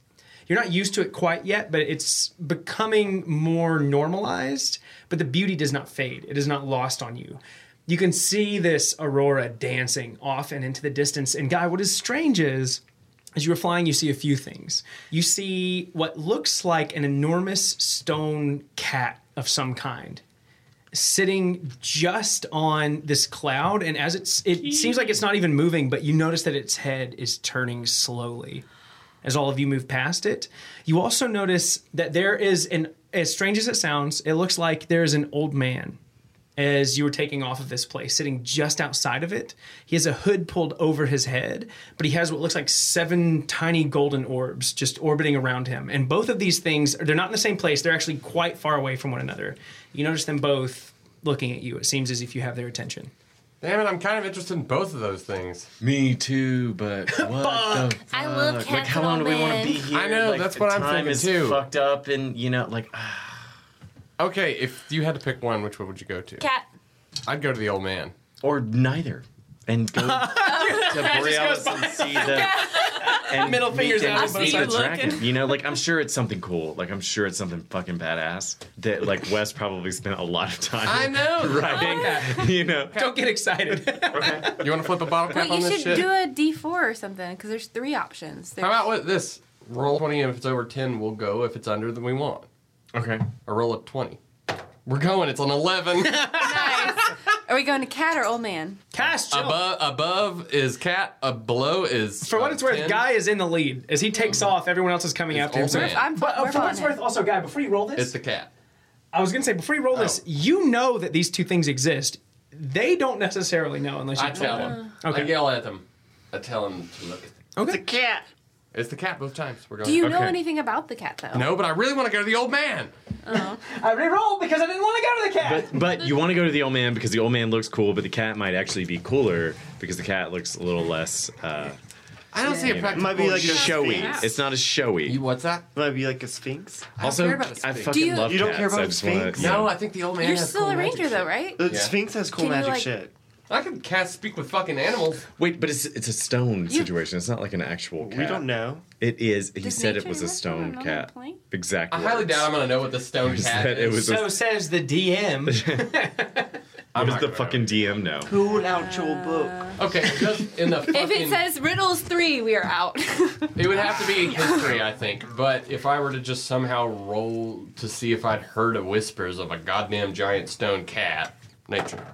you're not used to it quite yet, but it's becoming more normalized. But the beauty does not fade, it is not lost on you. You can see this aurora dancing off and into the distance. And, Guy, what is strange is as you are flying, you see a few things. You see what looks like an enormous stone cat of some kind sitting just on this cloud and as it's it seems like it's not even moving but you notice that its head is turning slowly as all of you move past it you also notice that there is an as strange as it sounds it looks like there is an old man as you were taking off of this place sitting just outside of it he has a hood pulled over his head but he has what looks like seven tiny golden orbs just orbiting around him and both of these things they're not in the same place they're actually quite far away from one another you notice them both looking at you it seems as if you have their attention Damn it, I'm kind of interested in both of those things. Me too, but what the I love fuck? Like, how Captain long do we want to Man. be here? I know, Like, that's what I'm time thinking is too. Fucked up, and you know, like Okay, if you had to pick one, which one would you go to? Cat. I'd go to the old man. or neither, and go to Borealis and see the and Middle meet fingers and out on both see the sides. dragon. You know, like I'm sure it's something cool. Like I'm sure it's something fucking badass that like Wes probably spent a lot of time. I know. writing. You know, don't get excited You want to flip a bottle cap Wait, on you this shit? should do a D four or something because there's three options. There's, How about with this? Roll 20, and if it's over 10, we'll go. If it's under, then we won't. okay. Or roll a 20. We're going. It's an 11. Nice. Are we going to cat or old man? cast chill. above, above is cat. Uh, below is. for what uh, it's worth 10. guy is in the lead as he takes off everyone else is coming It's after him Oh. old so man. I'm but uh, we're for what on it's it. worth also guy before you roll this It's the cat. I was gonna say before you roll this, Oh. you know that these two things exist. They don't necessarily know unless you I tell him. Uh-huh. Okay. I yell at them. I tell them to look at Okay. cat. It's the cat both times. We're going. Do you know Okay. anything about the cat though? No, but I really want to go to the old man. I rerolled because I didn't want to go to the cat. But, but you want to go to the old man because the old man looks cool, but the cat might actually be cooler because the cat looks a little less. Uh, I don't see a you know, practical. Might be like a showy. sphinx. It's not as showy. You, what's that? Might be like a sphinx. I Also, I care about a I sphinx. fucking Do you- love You don't cats, care about I a just wanna- sphinx? No, I think the old You're still a ranger though, right? The sphinx has cool Can you, magic like- shit. I can cast speak with fucking animals. Wait, but it's it's a stone You- situation. It's not like an actual cat. don't know. It is. He Does said it nature was a work on stone another cat. plane? Exactly. I highly doubt I'm gonna know what the stone Is cat that it is. was a- So says the DM. What does the fucking DM know? Pull out your Uh, book. Okay, just in the If it fucking. says riddles three, we are out. It would have to be history, I think. But if I were to just somehow roll to see if I'd heard of whispers of a goddamn giant stone cat, nature.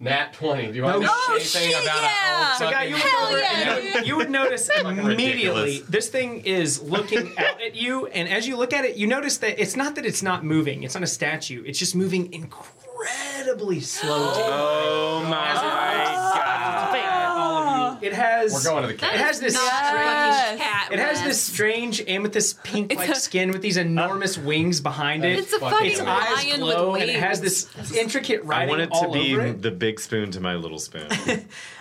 Nat 20. Do you want to No know shit. anything Oh, shit, about yeah. a So, guy, you look over and you, you would notice immediately ridiculous. this thing is looking out at you, and as you look at it, you notice that it's not that it's not moving. It's not a statue. It's just moving incredibly slowly. Oh my god! It has. We're going to the cat. It has this. Not strange- fucking cat. It has Wes. this strange amethyst pink like It's a- skin with these enormous wings behind it. It's a fucking its eyes lion with glow and it has this intricate I writing want it to all be over it. the big spoon to my little spoon.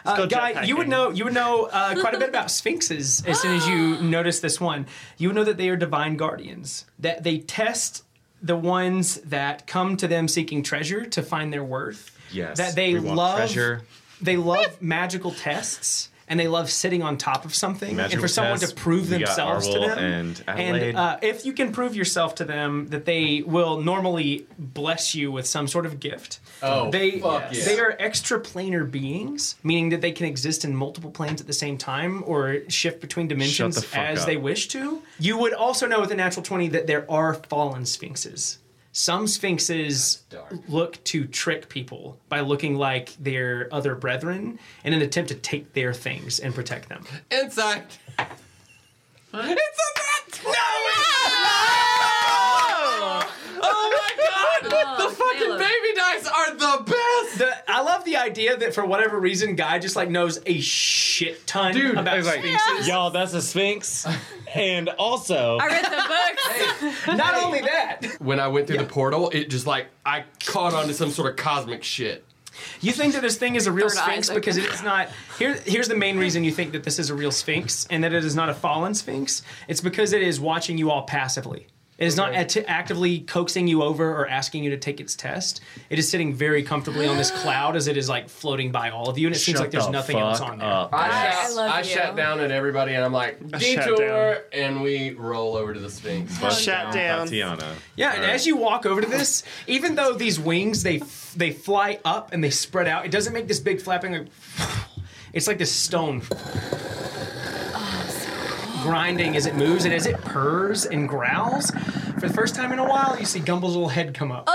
Uh, guy, you would know you would know uh, quite a bit about sphinxes as soon as you notice this one. You would know that they are divine guardians. That they test the ones that come to them seeking treasure to find their worth. Yes, That they we want love treasure. They love magical tests. And they love sitting on top of something, and Magical for someone to tests, prove we got themselves to Arwel them. and Adelaide. uh, if you can prove yourself to them, that they will normally bless you with some sort of gift. Oh, they fuck yeah. they are extraplanar beings, meaning that they can exist in multiple planes at the same time or shift between dimensions fuck as up. they wish to. You would also know with a natural 20 that there are fallen sphinxes. Some sphinxes look to trick people by looking like their other brethren in an attempt to take their things and protect them. Inside. It's a nat 20! Oh my god! Oh, the fucking Caleb. baby dice are the best! The, I love the idea that for whatever reason, Guy just like knows a shit ton Dude, I about was like, sphinxes. Y'all, that's a sphinx. And also, I read the books. Not only that. When I went through the portal, it just like, I caught on to some sort of cosmic shit. You think that this thing is a real Third eye sphinx is open. because it is not. Here, here's the main reason you think that this is a real sphinx and that it is not a fallen sphinx. It's because it is watching you all passively. It is not act- actively coaxing you over or asking you to take its test. It is sitting very comfortably on this cloud as it is like floating by all of you, and it seems Shut like there's the nothing else fuck on there. up. I, Yes. shut, I love I you. shut down at everybody and I'm like, shut detour, and we roll over to the Sphinx. Shut down. Tatiana. Yeah, and as you walk over to this, even though these wings they they fly up and they spread out, it doesn't make this big flapping. Like, it's like this stone grinding as it moves, and as it purrs and growls, for the first time in a while, you see Gumble's little head come up.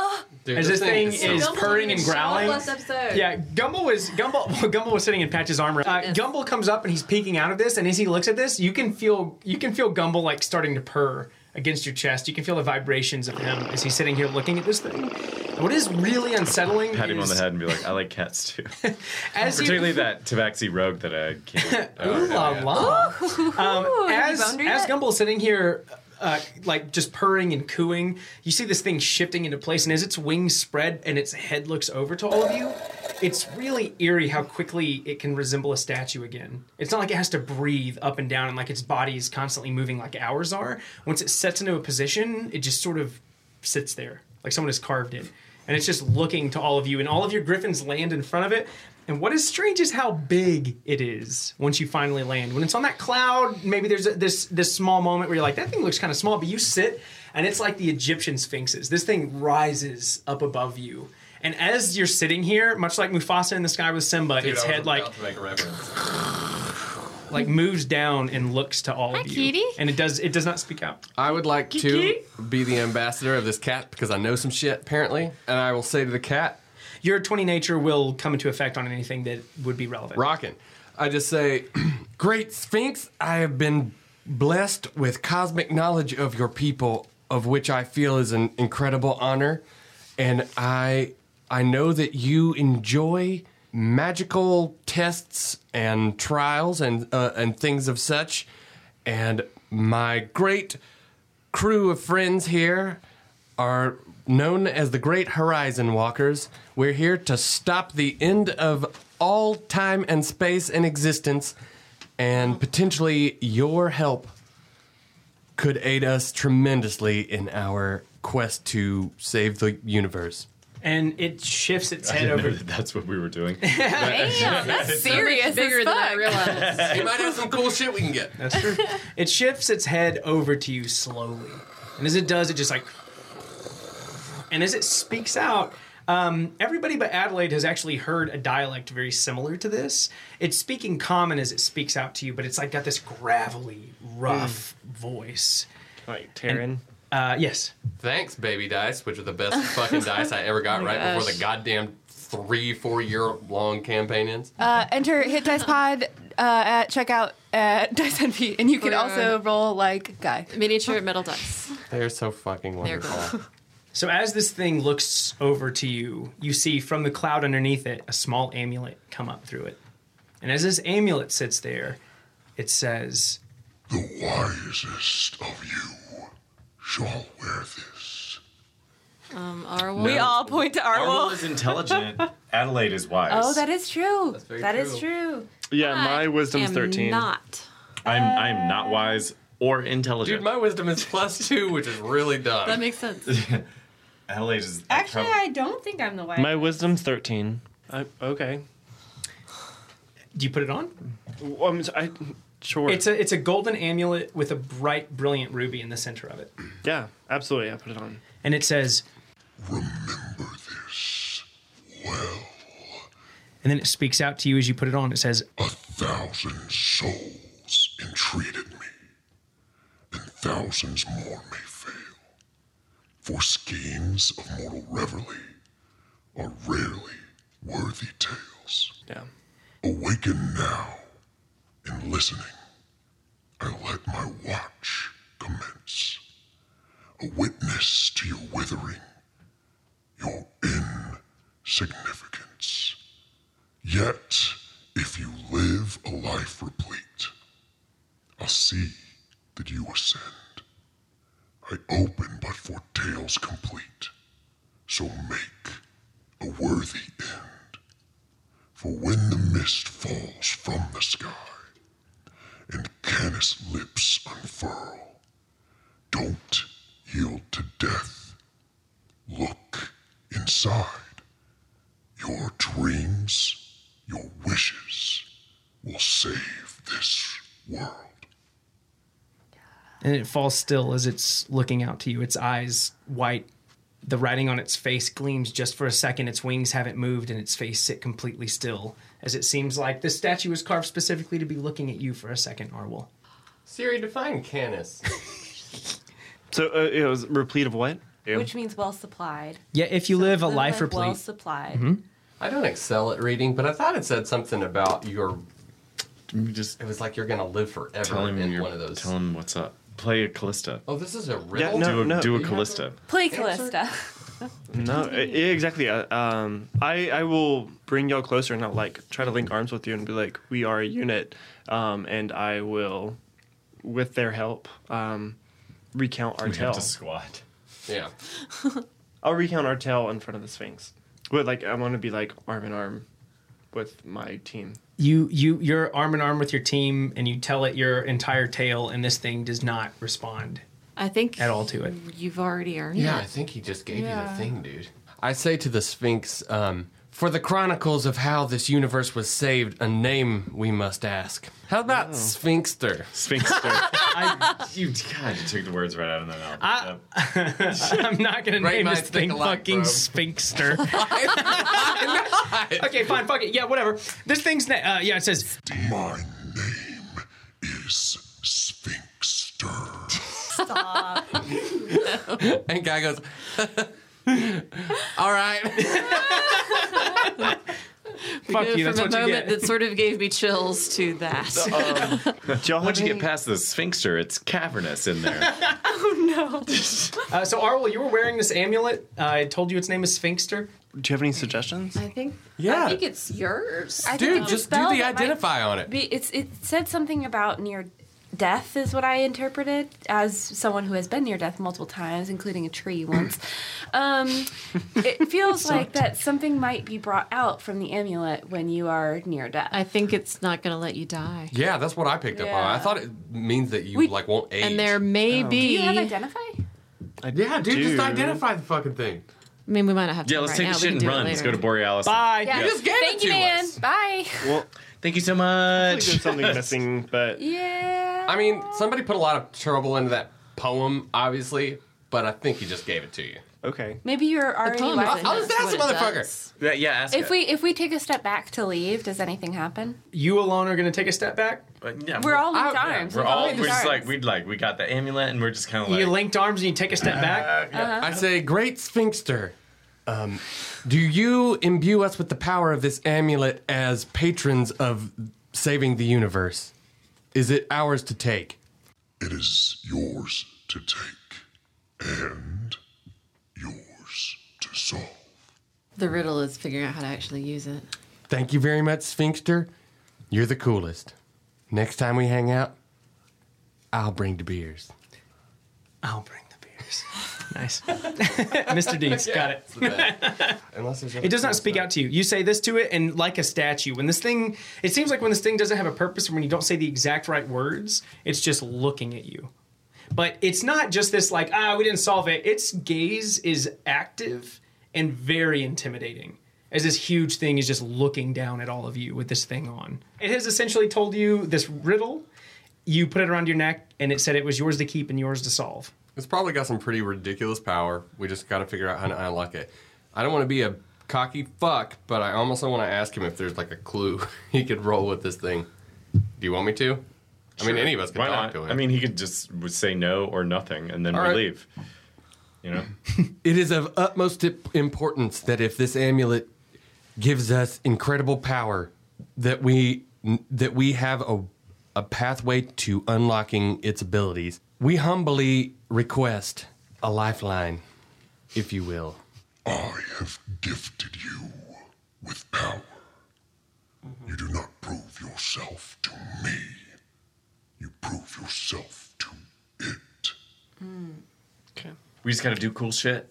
Dude, As this thing so is cool. purring and growling. Last episode. Yeah, Gumball was Gumball. Gumball was sitting in Patch's armor. Uh, Gumball comes up and he's peeking out of this, and as he looks at this, you can feel you can feel Gumball like starting to purr against your chest. You can feel the vibrations of him as he's sitting here looking at this thing. And what is really unsettling Pat him on is the head and be like, I like cats too. as you Particularly that Tabaxi rogue that I can't. Ooh la la. Oh, Um, as boundary as it? Gumball's sitting here, uh, like just purring and cooing, you see this thing shifting into place, and as its wings spread and its head looks over to all of you, it's really eerie how quickly it can resemble a statue again. It's not like it has to breathe up and down, and like its body is constantly moving like ours are. Once it sets into a position, it just sort of sits there, like someone has carved it. And it's just looking to all of you, and all of your griffins land in front of it. And what is strange is how big it is once you finally land. When it's on that cloud, maybe there's a, this this small moment where you're like, that thing looks kind of small, but you sit, and it's like the Egyptian sphinxes. This thing rises up above you. And as you're sitting here, much like Mufasa in the sky with Simba, Dude, its I was head like about to make a reference. like moves down and looks to all Hi, of you. kitty. And it does it does not speak out. I would like to Kiki? be the ambassador of this cat because I know some shit apparently, and I will say to the cat, Your 20 nature will come into effect on anything that would be relevant. "Rockin'." I just say, "Great Sphinx, I have been blessed with cosmic knowledge of your people, of which I feel is an incredible honor, and I I know that you enjoy magical tests and trials and uh, and things of such." and my great crew of friends here are known as the Great Horizon Walkers. We're here to stop the end of all time and space and existence, and potentially your help could aid us tremendously in our quest to save the universe. And it shifts its I head didn't know over. that that's what we were doing. Damn, that's serious. bigger as than I fuck. realized. You might have some cool shit we can get. That's true. it shifts its head over to you slowly, and as it does, it just like, and as it speaks out, um, everybody but Adelaide has actually heard a dialect very similar to this. It's speaking common as it speaks out to you, but it's like got this gravelly, rough Hmm. voice. Like Taryn. Uh, yes. Thanks, baby dice, which are the best fucking dice I ever got Oh my right before gosh. the goddamn three, four year long campaign ends. Uh, enter Hit Dice Pod uh, at checkout at Dice Envy, and you can Or- also roll like Guy. Miniature metal dice. They're so fucking They're cool. wonderful. So as this thing looks over to you, you see from the cloud underneath it a small amulet come up through it. And as this amulet sits there, it says, The wisest of you shall wear this. Um, Arwol. We all point to Arwol. Arwol is intelligent. Adelaide is wise. Oh, that is true. That very is true. true. Yeah, my I wisdom's am 13. not. I'm I'm not wise or intelligent. Dude, my wisdom is plus two, which is really dumb. That makes sense. Adelaide is Actually, I don't think I'm the wife. My wisdom's 13. I, okay. Do you put it on? Um, I, sure. It's a it's a golden amulet with a bright, brilliant ruby in the center of it. yeah, absolutely. I put it on. And it says, And then it speaks out to you as you put it on. It says, thousand souls entreated me, and thousands more may fail. For schemes of mortal revelry are rarely worthy tales. Yeah. Awaken now, and listening, I let my watch commence. A witness to your withering, your insignificance. Yet, if you live a life replete, I'll see that you ascend. I open but for tales complete, so make a worthy end. For when the mist falls from the sky, and Canis lips unfurl, don't yield to death. Look inside. Your dreams your wishes will save this world. and it falls still as it's looking out to you. Its eyes white. The writing on its face gleams just for a second. Its wings haven't moved, and its face sit completely still, as it seems like this statue was carved specifically to be looking at you for a second, Arwol. Siri, define canis. So uh, it was replete of what? Which means well supplied. Yeah, if you live a Live life well replete. supplied. Mm-hmm. I don't excel at reading, but I thought it said something about your. Just it was like you're gonna live forever Tell him in you're- one of those. Tell him what's up. Play a Callista. Oh, this is a riddle. do a, do You a have Callista. Play Callista. No, e- exactly. Uh, um, I I will bring y'all closer and I'll like try to link arms with you and be like, we are a unit, um, and I will, with their help, um, recount our We tale. have to squat. Yeah. I'll recount our tale in front of the Sphinx. But like, I want to be like arm in arm with my team. You you you're arm in arm with your team, and you tell it your entire tale, and this thing does not respond I think at all to it. you've already earned Yeah, it. I think he just gave you Yeah. the thing, dude. I say to the Sphinx, um, for the chronicles of how this universe was saved, a name we must ask. How about Sphinxter? Sphinxter. I, you, God, you took the words right out of my mouth. I'm not gonna Great name this minds think thing alike, fucking bro. Sphinxster. okay, fine, fuck it. Yeah, whatever. This thing's na- uh, yeah. It says My name is Sphinxter. Stop. and guy goes, all right. We Fuck go From you, that's a what you moment get. that sort of gave me chills to that. Once you get past the sphinxter, it's cavernous in there. oh no. uh, so Arwell, you were wearing this amulet. Uh, I told you its name is Sphinxster. Do you have any suggestions? I think. Yeah. I think it's yours. Dude, just do the identify on it. Be, it's it said something about near death, is what I interpreted as someone who has been near death multiple times, including a tree once. um, it feels like that something might be brought out from the amulet when you are near death. I think it's not going to let you die. Yeah, that's what I picked up on. I thought it means that you We- like won't age. And there may Oh. be. Do you have identify? yeah, dude, do. just identify the fucking thing. I mean, we might not have to. Yeah, let's right take now. the We shit can and do it run. Let's later. go to Borealis. Bye. Yeah. Thank you, man. Bye. Well, thank you so much. there's something missing, but yeah. I mean, somebody put a lot of trouble into that poem, obviously, but I think he just gave it to you. Okay. Maybe you're already. I'll, left I'll with just ask the it. motherfucker. Yeah, yeah ask If we if we take a step back to leave, does anything happen? You alone are going to take a step back. yeah, We're all linked arms. We're We've all all linked we're just arms. like we'd like we got the amulet and we're just kind of like you linked arms and you take a step back. Uh-huh. I say, Great Sphinxter, um, do you imbue us with the power of this amulet as patrons of saving the universe? Is it ours to take? It is yours to take and yours to solve. The riddle is figuring out how to actually use it. Thank you very much, Sphinxter. You're the coolest. Next time we hang out, I'll bring the beers. Uh, I'll bring the beers. nice. Mr. Deeds, got it. Unless there's It does not speak out to you. You say this to it, and like a statue, when this thing, it seems like when this thing doesn't have a purpose, or when you don't say the exact right words, it's just looking at you. But it's not just this, like, ah, we didn't solve it. Its gaze is active and very intimidating, as this huge thing is just looking down at all of you with this thing on. It has essentially told you this riddle. You put it around your neck, and it said it was yours to keep and yours to solve. It's probably got some pretty ridiculous power. We just got to figure out how to unlock it. I don't want to be a cocky fuck, but I almost want to ask him if there's like a clue he could roll with this thing. Do you want me to? I mean, Sure. any of us can Why talk not? to him. I mean, he could just would say no or nothing, and then All we right. leave. You know, It is of utmost imp- importance that if this amulet gives us incredible power, that we that we have a a pathway to unlocking its abilities. We humbly request a lifeline, if you will. I have gifted you with power. You do not prove yourself to me. You prove yourself to we just gotta do cool shit.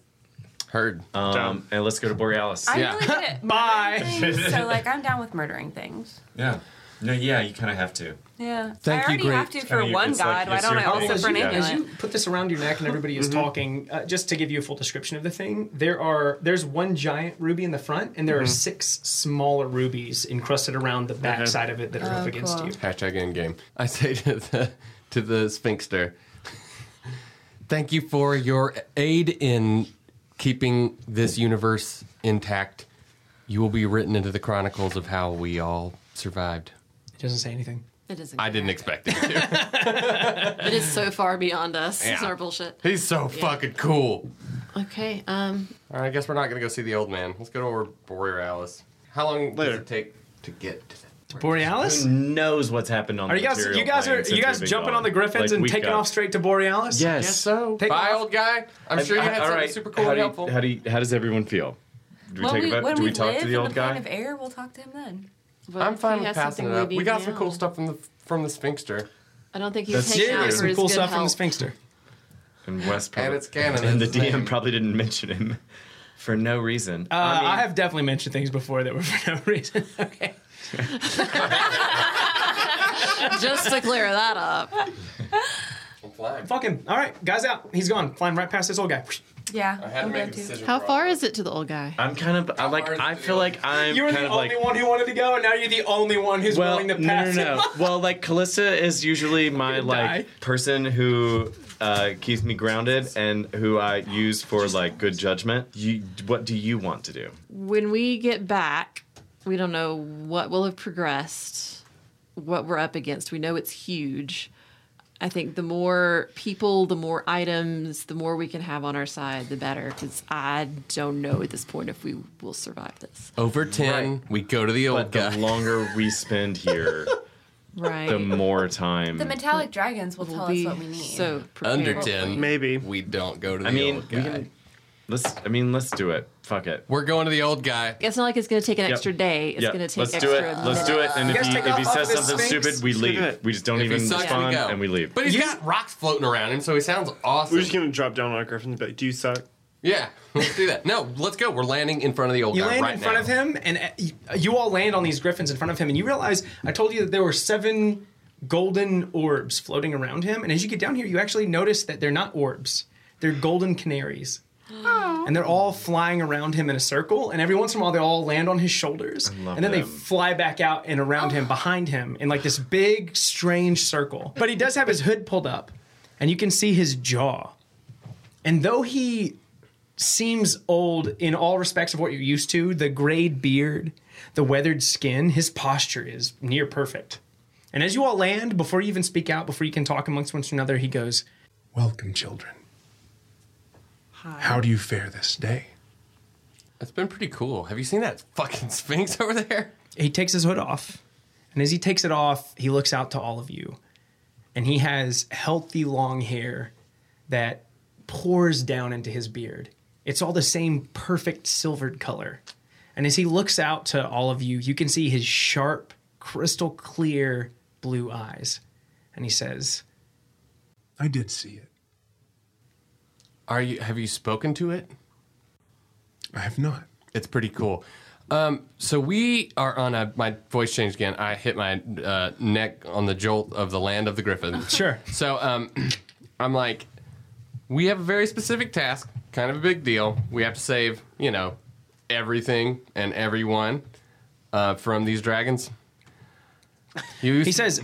Heard. Um, and let's go to Borealis. I'm really good at Bye. murdering things, so like I'm down with murdering things. yeah. No, yeah, you kind of have to. Yeah. Thank I you, already great. have to for I mean, one it's like- god. Why it's don't your I also thing. for an Yeah. As amulet? you put this around your neck and everybody is Mm-hmm. talking, uh, just to give you a full description of the thing, there are there's one giant ruby in the front, and there are Mhm. Mm-hmm. six smaller rubies encrusted around the back side of it that are Oh, up against you. Hashtag end game. I say to the to the Sphinxter, thank you for your aid in keeping this universe intact. You will be written into the chronicles of how we all survived. It doesn't say anything. It doesn't. I didn't expect it. It is so far beyond us. It's Yeah. our bullshit. He's so Yeah. fucking cool. Okay. Um. All right, I guess we're not gonna go see the old man. Let's go over Borealis. How long does it take to get to the Borealis? Who knows what's happened on? Are the you guys material you guys plane are since you guys we've been jumping gone? on the griffins Like, and we've taking got- off straight to Borealis? Yes. Guess so. Take Bye, off. old guy. I'm sure you had all something right, super cool how and do you- helpful. How do you, how does everyone feel? Do we When take we, a when bet? Do we we talk live to the in old the plane guy? of air, we'll talk to him then. I'm he fine with has passing it something we up. We need got some now. cool stuff from the from the Sphinxter. I don't think he was That's taking true. out for Some his cool good stuff from help. the Sphinxter. And West probably, it's canon, And the that's his DM name. probably didn't mention him for no reason. Uh, I, have definitely mentioned things before that were for no reason. okay. Just to clear that up. Fuck him. All right, guys out. He's gone. Flying right past this old guy. Yeah. I had to make a decision. How far is it to the old guy? I'm kind of I like I feel like I'm You were kind the of only like one who wanted to go, and now you're the only one who's well, willing to no, no, pass. no. him. well, like Callista is usually my like person who uh, keeps me grounded and who I use for like good judgment. You, what do you want to do? When we get back, we don't know what will have progressed, what we're up against. We know it's huge. I think the more people, the more items, the more we can have on our side, the better. Because I don't know at this point if we will survive this. Over ten, we go to the old guy. The longer we spend here, Right. Um, the more time. The metallic dragons will We'll tell be us what we need. so Under prepared. ten, maybe we don't go to the I mean, old we guy. can Let's. I mean, let's do it. Fuck it. We're going to the old guy. It's not like it's going to take an Yep. extra day. It's Yep. going to take Let's extra. do it. Let's do it. And minutes. if he, if he says something stupid, we leave. We just don't If it even sucks, we respond go. and we leave. But he's got rocks floating around him, so he sounds awesome. We're just gonna drop down on our Griffin and be like, "Do you suck?" Yeah, let's do that. No, let's go. We're landing in front of the old You guy land Uh, right in front now. of him, and uh, y- you all land on these griffins in front of him, and you realize I told you that there were seven golden orbs floating around him. And as you get down here, you actually notice that they're not orbs; they're golden canaries, and they're all flying around him in a circle. And every once in a while, they all land on his shoulders, love and then they them. fly back out and around him, behind him, in like this big, strange circle. But he does have his hood pulled up, and you can see his jaw. And though he seems old in all respects of what you're used to the grayed beard, the weathered skin, his posture is near perfect. And as you all land, before you even speak out, before you can talk amongst one another, he goes, Welcome, children. How do you fare this day? It's been pretty cool. Have you seen that fucking Sphinx over there? He takes his hood off. And as he takes it off, he looks out to all of you. And he has healthy long hair that pours down into his beard. It's all the same perfect silvered color. And as he looks out to all of you, you can see his sharp, crystal clear blue eyes. And he says, I did see it. Are you? Have you spoken to it? I have not. It's pretty cool. Um, so we are on a. My voice changed again. I hit my uh, neck on the jolt of the land of the griffins. Sure. So um, I'm like, we have a very specific task, kind of a big deal. We have to save, you know, everything and everyone uh, from these dragons. You, he says,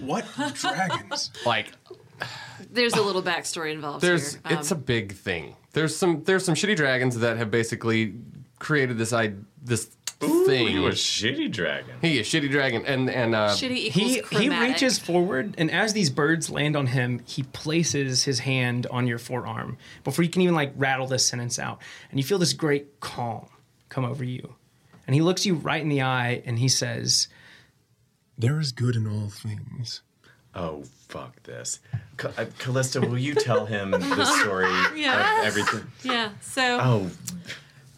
what dragons? Like There's a little backstory involved there's here. Um, it's a big thing. There's some there's some shitty dragons that have basically created this I this thing. you a shitty dragon. He a shitty dragon and and uh, Um, he, he reaches forward, and as these birds land on him, he places his hand on your forearm before you can even like rattle this sentence out. And you feel this great calm come over you. And he looks you right in the eye and he says, There is good in all things. Oh fuck this, Ca- uh, Callista. Will you tell him the story Yes. of everything? Yeah. So Uh, Oh,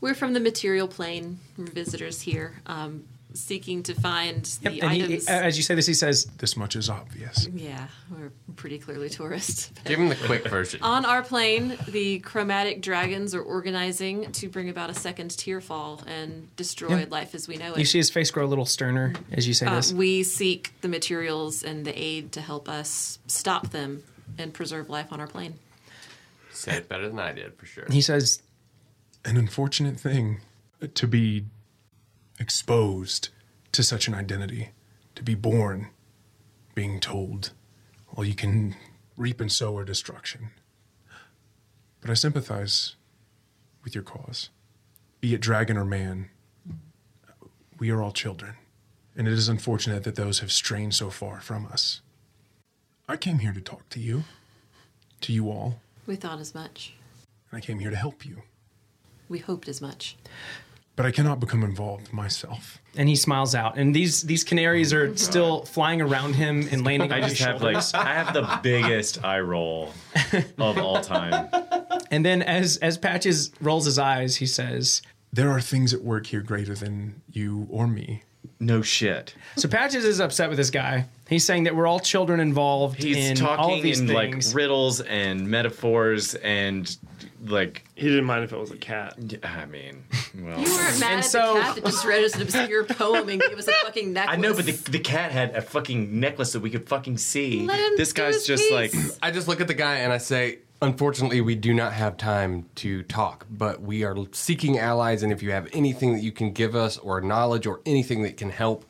we're from the material plane. We're visitors here, um, seeking to find the and he, uh, items. as you say this, he says, This much is obvious. yeah, we're pretty clearly tourists. Give him the quick version. On our plane, the chromatic dragons are organizing to bring about a second tearfall and destroy Yeah. life as we know it. You see his face grow a little sterner as you say Uh, this. we seek the materials and the aid to help us stop them and preserve life on our plane. said it better than I did for sure. He says, An unfortunate thing to be exposed to such an identity, to be born being told all you can reap and sow are destruction. But I sympathize with your cause, be it dragon or man. We are all children, and it is unfortunate that those have strayed so far from us. I came here to talk to you, to you all, We thought as much. and I came here to help you. We hoped as much. But I cannot become involved myself. and he smiles out. And these these canaries are still flying around him and landing on I his just have shoulders. like I have the biggest eye roll of all time. and then as as Patches rolls his eyes, he says, There are things at work here greater than you or me. No shit. So Patches is upset with this guy. He's saying that we're all children involved He's in talking all of these in things. like riddles and metaphors and like. He didn't mind if it was a cat. I mean, well, You weren't mad at the cat that just read us an obscure poem and gave us a fucking necklace. I know, but the, the cat had a fucking necklace that we could fucking see. Let him this do his guy's just like, I just look at the guy and I say, unfortunately, we do not have time to talk, but we are seeking allies, and if you have anything that you can give us, or knowledge, or anything that can help,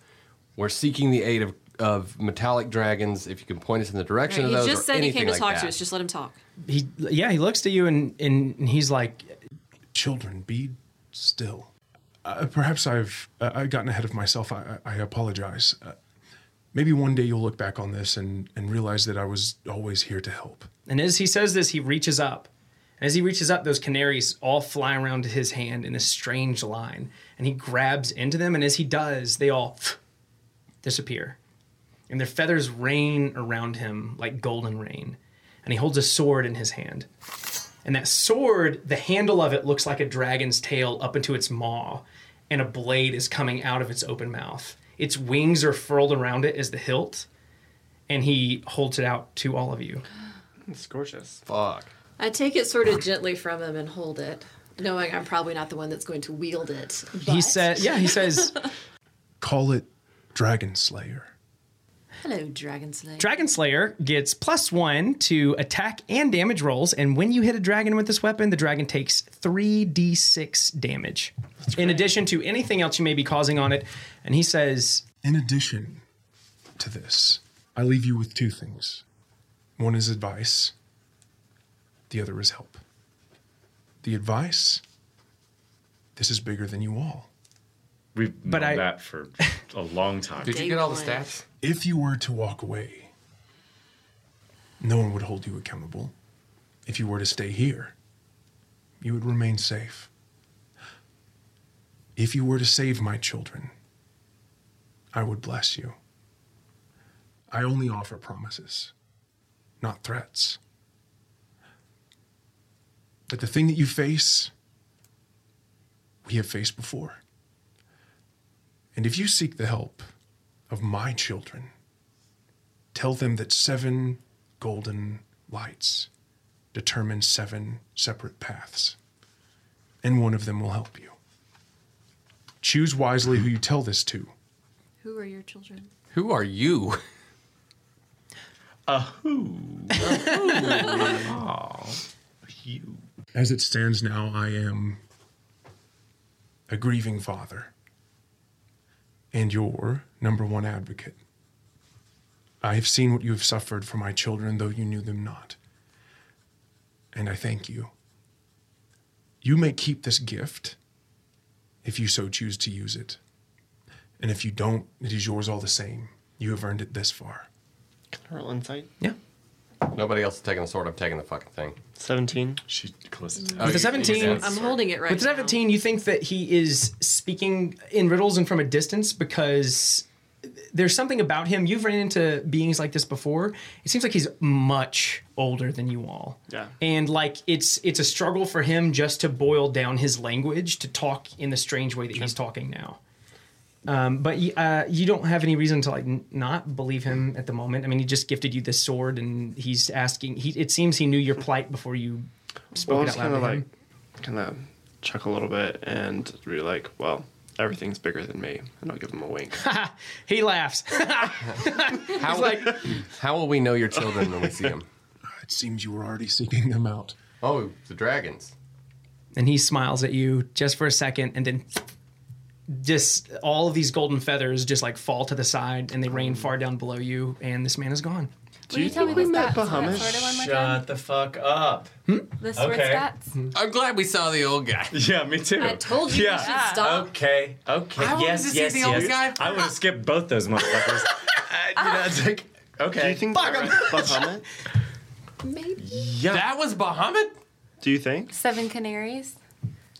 we're seeking the aid of. Of metallic dragons, if you can point us in the direction Right, of those, he or just said he anything came to like talk that. to us. Just let him talk. he, yeah, he looks to you and, and and he's like, Children, be still. Uh, perhaps I've uh, I've gotten ahead of myself. I, I I apologize. Uh, maybe one day you'll look back on this and, and realize that I was always here to help. and as he says this, he reaches up. And as he reaches up, those canaries all fly around his hand in this strange line, and he grabs into them. And as he does, they all disappear, and their feathers rain around him like golden rain. And he holds a sword in his hand, And that sword, the handle of it looks like a dragon's tail up into its maw, and a blade is coming out of its open mouth. Its wings are furled around it as the hilt, and he holds it out to all of you. It's gorgeous. Fuck. I take it sort of gently from him and hold it, knowing I'm probably not the one that's going to wield it. He says, "Yeah." He says, Call it Dragon Slayer. "Hello, Dragon Slayer." Dragon Slayer gets plus one to attack and damage rolls, and when you hit a dragon with this weapon, the dragon takes 3d6 damage. In addition to anything else you may be causing on it, and he says, In addition to this, I leave you with two things. One is advice, the other is help. The advice this is bigger than you all. We've known that for a long time. Did you Day get all the one. stats? If you were to walk away, no one would hold you accountable. If you were to stay here, you would remain safe. If you were to save my children, I would bless you. I only offer promises, not threats. But the thing that you face, we have faced before. And if you seek the help of my children, tell them that seven golden lights determine seven separate paths, and one of them will help you. Choose wisely who you tell this to. Who are your children? Who are you? A who? As it stands now, I am a grieving father and your number one advocate. I have seen what you have suffered for my children, though you knew them not. And I thank you. You may keep this gift if you so choose to use it. And if you don't, it is yours all the same. You have earned it this far. Roll insight. Nobody else is taking the sword. I'm taking the fucking thing. 17. She Callista's With the 17, I'm holding it right With the 17, you think that he is speaking in riddles and from a distance because there's something about him. You've ran into beings like this before. It seems like he's much older than you all. Yeah. And like it's it's a struggle for him just to boil down his language to talk in the strange way that he's talking now. Um, but y- uh, you don't have any reason to like n- not believe him at the moment. I mean, he just gifted you this sword, and he's asking. He it seems he knew your plight before you spoke Well, I it was out loud kind to of him. like, kind of chuck a little bit and be like, well, everything's bigger than me. And I'll give him a wink. he laughs. How, how will we know your children when we see them? It seems you were already seeking them out. Oh, the dragons. and he smiles at you just for a second and then just all of these golden feathers just like fall to the side and they Oh. rain far down below you and this man is gone Will you tell me the stats for that Bahamas? sword one more time? Shut the fuck up. The sword Okay. stats? I'm glad we saw the old guy. Yeah, me too. I told you we should stop. Okay, okay. I wanted yes, to see yes, the old yes. guy. I would have skipped both those motherfuckers. I, you know, it's like, okay. Do you think Fuck 'em. Bahamut? Maybe. Yeah. That was Bahamut? Do you think? Seven canaries?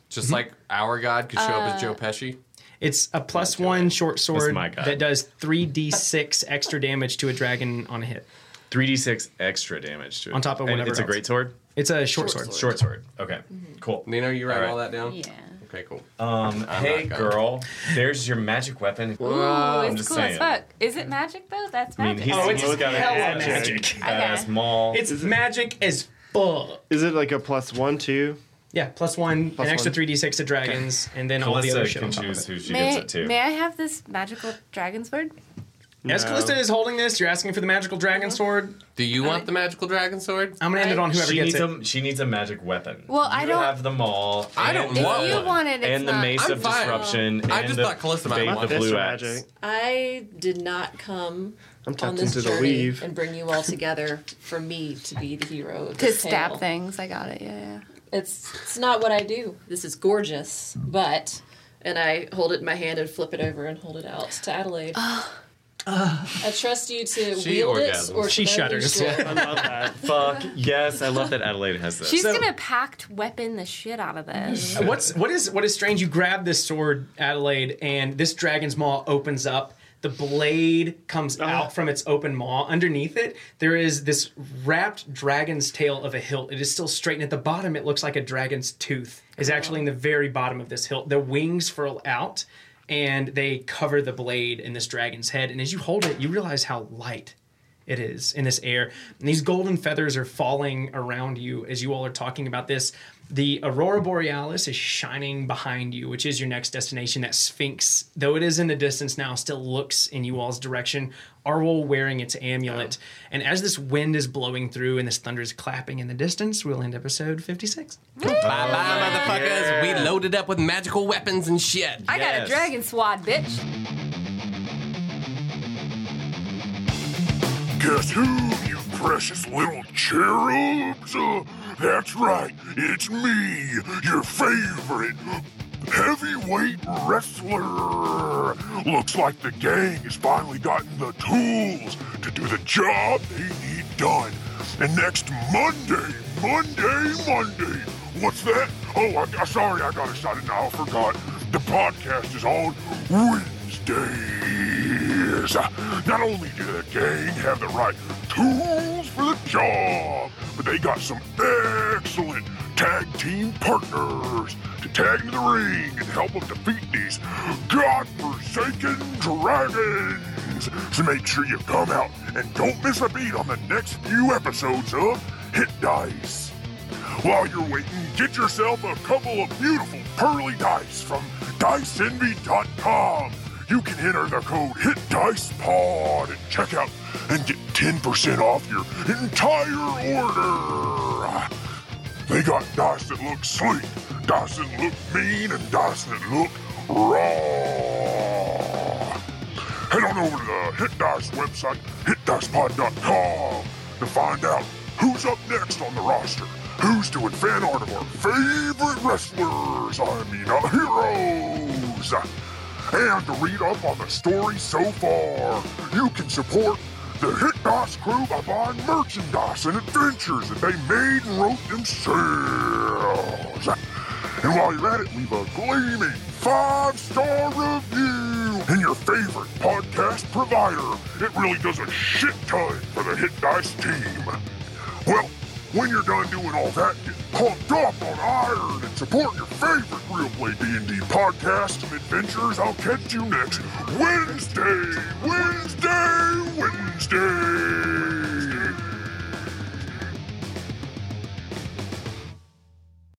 Just Mm-hmm. like our god could show up as Uh, Joe Pesci? it's Oh a plus one short sword my guy. that does 3d6 extra damage to a dragon on a hit 3d6 extra damage to it. On top of and whatever It's a else. great sword? it's a short, sword. Short sword. Okay, Mm-hmm. cool. Nino, you write All right. all that down? Yeah. Okay, cool. Um, I'm hey not gonna- girl, there's your magic weapon. Ooh, it's cool as fuck. Is it magic though? That's I mean, magic. he's, Oh, he's got hella magic. magic. Badass maul. it's magic as fuck Is it like a plus one, two? yeah plus one Plus an extra one. 3d6 to dragons and then all the Calista other shit can on top choose of who it she may, gives it to. may I have this magical dragon sword? as No. Uh-huh. Callista is holding this you're asking for the magical dragon sword do you want the magical dragon sword i'm gonna end it on whoever she gets needs it A, she needs a magic weapon. Well, I you don't- have them all. I don't and- If want you one. want it, it's and the not- mace I'm of fine. disruption. I and just the, thought Callista might Fate want the this blue or axe. magic. I did not come I'm on tapped this into the journey weave. and bring you all together for me to be the hero. Of To this stab tale. things. I got it. Yeah, yeah. It's it's not what I do. This is gorgeous, but and I hold it in my hand and flip it over and hold it out to Adelaide. Ah. I trust you to wield it or to manage it. I love that. Fuck yes, I love that Adelaide has this. She's gonna packed weapon the shit out of this. Uh, What's what is what is strange? You grab this sword, Adelaide, and this dragon's maw opens up. the blade comes out from its open maw. Underneath it, there is this wrapped dragon's tail of a hilt. It is still straight, and at the bottom, it looks like a dragon's tooth is actually in the very bottom of this hilt. The wings furl out, and they cover the blade in this dragon's head. And as you hold it, you realize how light it is in this air. And these golden feathers are falling around you as you all are talking about this. The Aurora Borealis is shining behind you, which is your next destination. That Sphinx, though it is in the distance now, still looks in you all's direction. Arwol wearing its amulet. And as this wind is blowing through and this thunder is clapping in the distance, we'll end episode 56. Bye bye, motherfuckers. We loaded up with magical weapons and shit. I got a dragon swad, bitch. Guess who, you precious little cherubs? Uh, that's right, it's me, your favorite heavyweight wrestler. Looks like the gang has finally gotten the tools to do the job they need done. And next Monday, Monday, Monday, what's that? Oh, I, I- sorry, I got excited now, I forgot. The podcast is on Wednesdays. Not only do the gang have the right tools for the job, but they got some excellent tag team partners to tag into the ring and help them defeat these godforsaken dragons. So make sure you come out and don't miss a beat on the next few episodes of Hit Dice. While you're waiting, get yourself a couple of beautiful pearly dice from DiceEnvy.com. You can enter the code HITDICEPOD at checkout and get 10% off your entire order. They got dice that look sleek, dice that look mean, and dice that look raw. Head on over to the Hit Dice website, hitdicepod.com, to find out who's up next on the roster, who's doing fan art of our favorite wrestlers, I mean, our heroes, and to read up on the story so far. You can support the Hit Dice crew by buying merchandise and adventures that they made and wrote themselves. And while you're at it, leave a gleaming five star review in your favorite podcast provider. It really does a shit ton for the Hit Dice team. Well, when you're done doing all that, get pumped up on iron and support your favorite real play D&D podcast and adventures. I'll catch you next Wednesday, Wednesday, Wednesday.